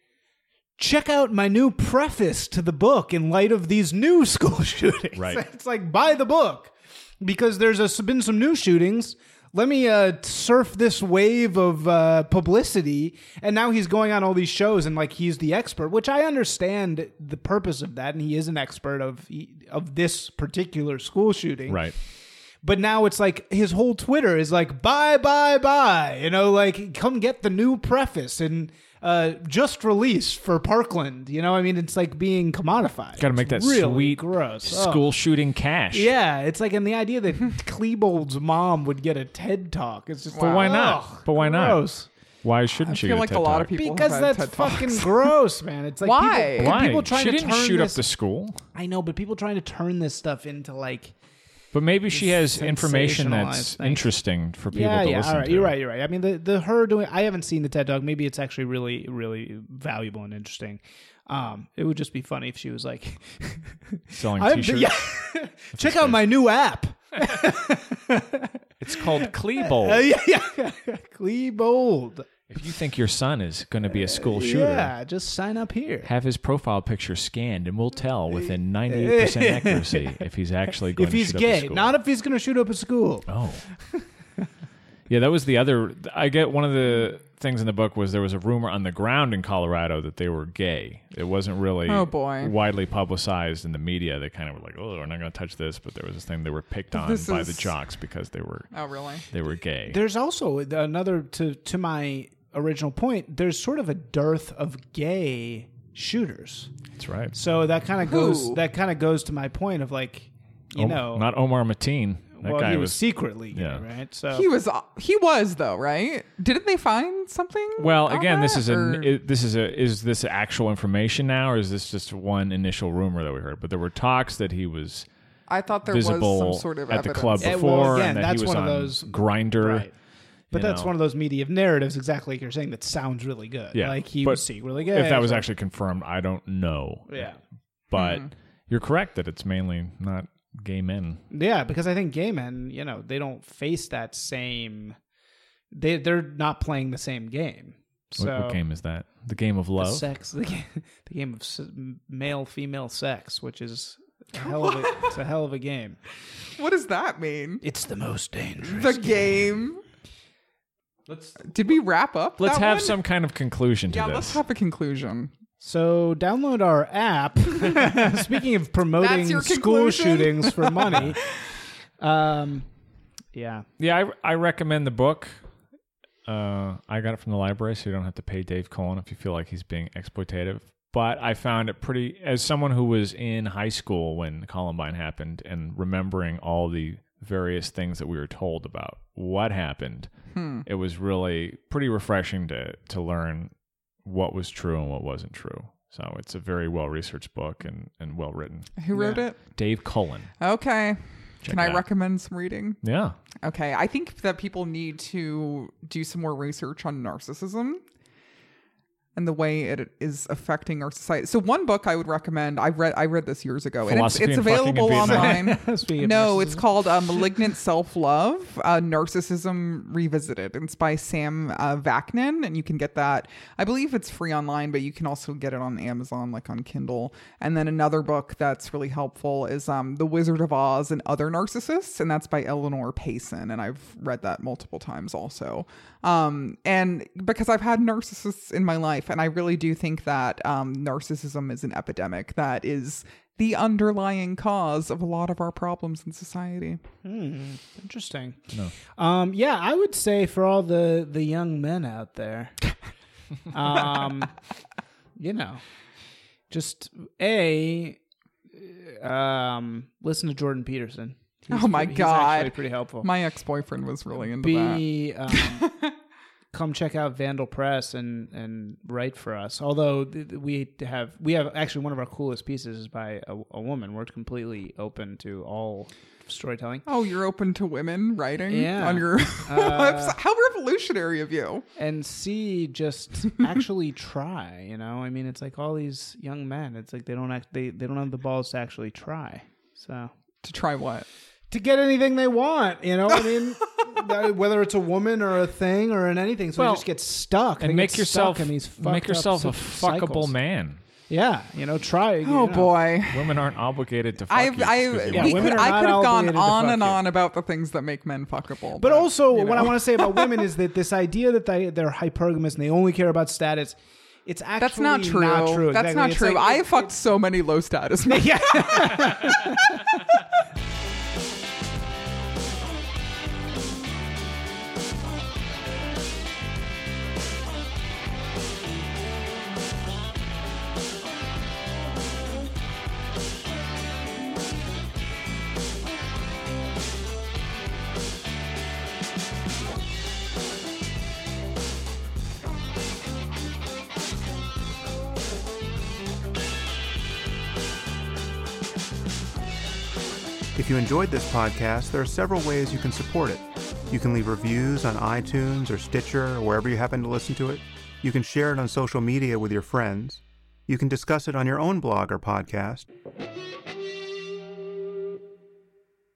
B: check out my new preface to the book in light of these new school shootings.
C: Right.
B: It's like buy the book because there's a, been some new shootings. Let me uh, surf this wave of uh, publicity, and now he's going on all these shows and like he's the expert, which I understand the purpose of that, and he is an expert of e, of this particular school shooting,
C: Right.
B: but now it's like his whole Twitter is like bye bye bye. You know, like come get the new preface and uh, just released for Parkland. You know, I mean, it's like being commodified.
C: Got to make that
B: It's really
C: sweet
B: gross Ugh.
C: school shooting cash.
B: Yeah, it's like and the idea that Klebold's mom would get a TED talk. It's just
A: But
C: why not? But why not?
B: Gross.
C: Why shouldn't she?
A: feel
C: get
A: like
C: TED
A: a lot
C: Talk?
A: of people have
B: Because
A: had
B: that's
A: TED Talks.
B: fucking gross, man. It's like
A: Why?
B: people- and
C: Why?
B: people trying
C: she
B: to
C: didn't
B: turn
C: shoot
B: this,
C: up the school.
B: I know, but people trying to turn this stuff into like
C: But maybe she has information that's
B: sensationalized thing.
C: interesting for people
B: yeah,
C: to
B: yeah.
C: listen
B: All right,
C: to.
B: you're right. You're right. I mean, the the her doing. I haven't seen the TED Talk. Maybe it's actually really, really valuable and interesting. Um, it would just be funny if she was like,
C: Selling
B: I'm-
C: t-shirts.
B: yeah. check out my new app.
C: It's called
B: Uh,
C: Kleebold.
B: yeah, yeah. Klebold.
C: if you think your son is going to be a school shooter,
B: Yeah, just sign up here.
C: have his profile picture scanned, and we'll tell within 98% accuracy if he's actually going
B: If
C: to
B: he's
C: shoot up a
B: gay,
C: school.
B: not if he's going to shoot up a school.
C: Oh. yeah, that was the other. I get one of the things in the book was there was a rumor on the ground in Colorado that they were gay. It wasn't really
A: Oh, boy.
C: widely publicized in the media. They kind of were like, "Oh, we're not going to touch this," but there was this thing they were picked on
A: This
C: by
A: is-
C: the jocks because they were
A: Oh, really?
C: they were gay.
B: There's also another to to my original point. There's sort of a dearth of gay shooters.
C: That's right.
B: So that kind of goes
A: Who?
B: that kind of goes to my point of like, you
C: Om-
B: know,
C: not Omar Mateen. That
B: well,
C: guy
B: he was,
C: was.
B: secretly gay,
C: yeah.
B: right? So
A: He was. He was though, right? Didn't they find something?
C: well,
A: on
C: again, this
A: that,
C: is a
A: or-
C: it- this is a is this actual information now, or is this just one initial rumor that we heard? But there were talks that he was
A: I thought there was
C: visible
A: some sort of
C: at
A: evidence.
C: the club
B: Yeah, well,
C: before,
B: again,
C: and that
B: that's
C: he was
B: one of
C: on
B: those-
C: grinder.
B: Right. but
C: you
B: that's
C: know.
B: one of those media narratives, exactly like you're saying, that sounds really good.
C: Yeah,
B: like he
C: but
B: was secretly gay.
C: If that was
B: so-
C: actually confirmed, I don't know.
B: yeah,
A: Mm-hmm.
C: but you're correct that it's mainly not gay men.
B: yeah, because I think gay men, you know, they don't face that same. They they're not playing the same game. So
C: What- what, game is that? The game of
B: the
C: love.
B: sex, the game, the game of s- male female sex, which is a hell of a, it's a hell of a game.
A: What does that mean?
B: It's the most dangerous.
A: The game.
C: Let's
A: Did we wrap up?
C: let's
A: that
C: have
A: one?
C: some kind of conclusion to
A: Yeah,
C: this.
A: let's have a conclusion.
B: So download our app. Speaking of promoting
A: That's your
B: school
A: conclusion?
B: shootings for money, um, yeah,
C: yeah, I, I recommend the book. Uh, I got it from the library, so you don't have to pay Dave Cullen if you feel like he's being exploitative. But I found it pretty, as someone who was in high school when Columbine happened and remembering all the various things that we were told about what happened, it was really pretty refreshing to, to learn what was true and what wasn't true. So it's a very well researched book and, and well written.
A: Who wrote it?
C: Dave Cullen.
A: Okay. Can
C: it
A: I
C: out.
A: recommend some reading?
C: Yeah.
A: Okay. I think that people need to do some more research on narcissism and the way it is affecting our society. So one book I would recommend, I read I read this years ago. And it's,
C: Philosophy
A: it's
C: and Fucking in
A: available
C: Vietnam.
A: online.
B: Speaking of
A: no,
B: narcissism.
A: it's called uh, Malignant Self-Love, uh, Narcissism Revisited. It's by Sam uh, Vaknin, and you can get that. I believe it's free online, but you can also get it on Amazon, like on Kindle. And then another book that's really helpful is um, The Wizard of Oz and Other Narcissists, and that's by Eleanor Payson, and I've read that multiple times also. Um, and because I've had narcissists in my life, and I really do think that um, narcissism is an epidemic that is the underlying cause of a lot of our problems in society.
B: interesting. Um, yeah, I would say for all the the young men out there, um, you know, just a um, listen to Jordan Peterson. He's
A: Oh my
B: pre- he's
A: God.
B: actually pretty helpful.
A: My ex boyfriend was really into that.
B: be um, come check out Vandal Press and and write for us. Although th- th- we have we have actually one of our coolest pieces is by a, a woman. We're completely open to all storytelling.
A: Oh, you're open to women writing
B: Yeah. Uh,
A: on your website? How revolutionary of you!
B: and see just actually try you know i mean it's like all these young men it's like they don't act they, they don't have the balls to actually try so
A: To try what?
B: to get anything they want you know i mean that- whether it's a woman or a thing or in anything so
C: Well,
B: they just get stuck They
C: And
B: get
C: make yourself,
B: stuck in these
C: make
B: fucked up
C: yourself a
B: cy-
C: fuckable
B: cycles.
C: man.
B: yeah you know try you
A: Oh
B: know.
A: boy.
C: Women aren't obligated to fuck
A: I,
C: you.
A: I,
C: excuse me.
B: Yeah,
A: we
B: women
A: could,
B: are
A: I
B: not
A: could have gone
B: obligated to
A: on
B: fuck
A: and
B: you.
A: on about the things that make men fuckable.
B: But also,
A: you
B: what I
A: know.
B: want to say about women is that this idea that they they're hypergamous and they only care about status, it's actually
A: that's not true. That's
B: Exactly.
A: not
B: It's
A: true.
B: like-
A: I fucked so many low status men.
B: yeah.
E: If you enjoyed this podcast, there are several ways you can support it. You can leave reviews on iTunes or Stitcher or wherever you happen to listen to it. You can share it on social media with your friends. You can discuss it on your own blog or podcast.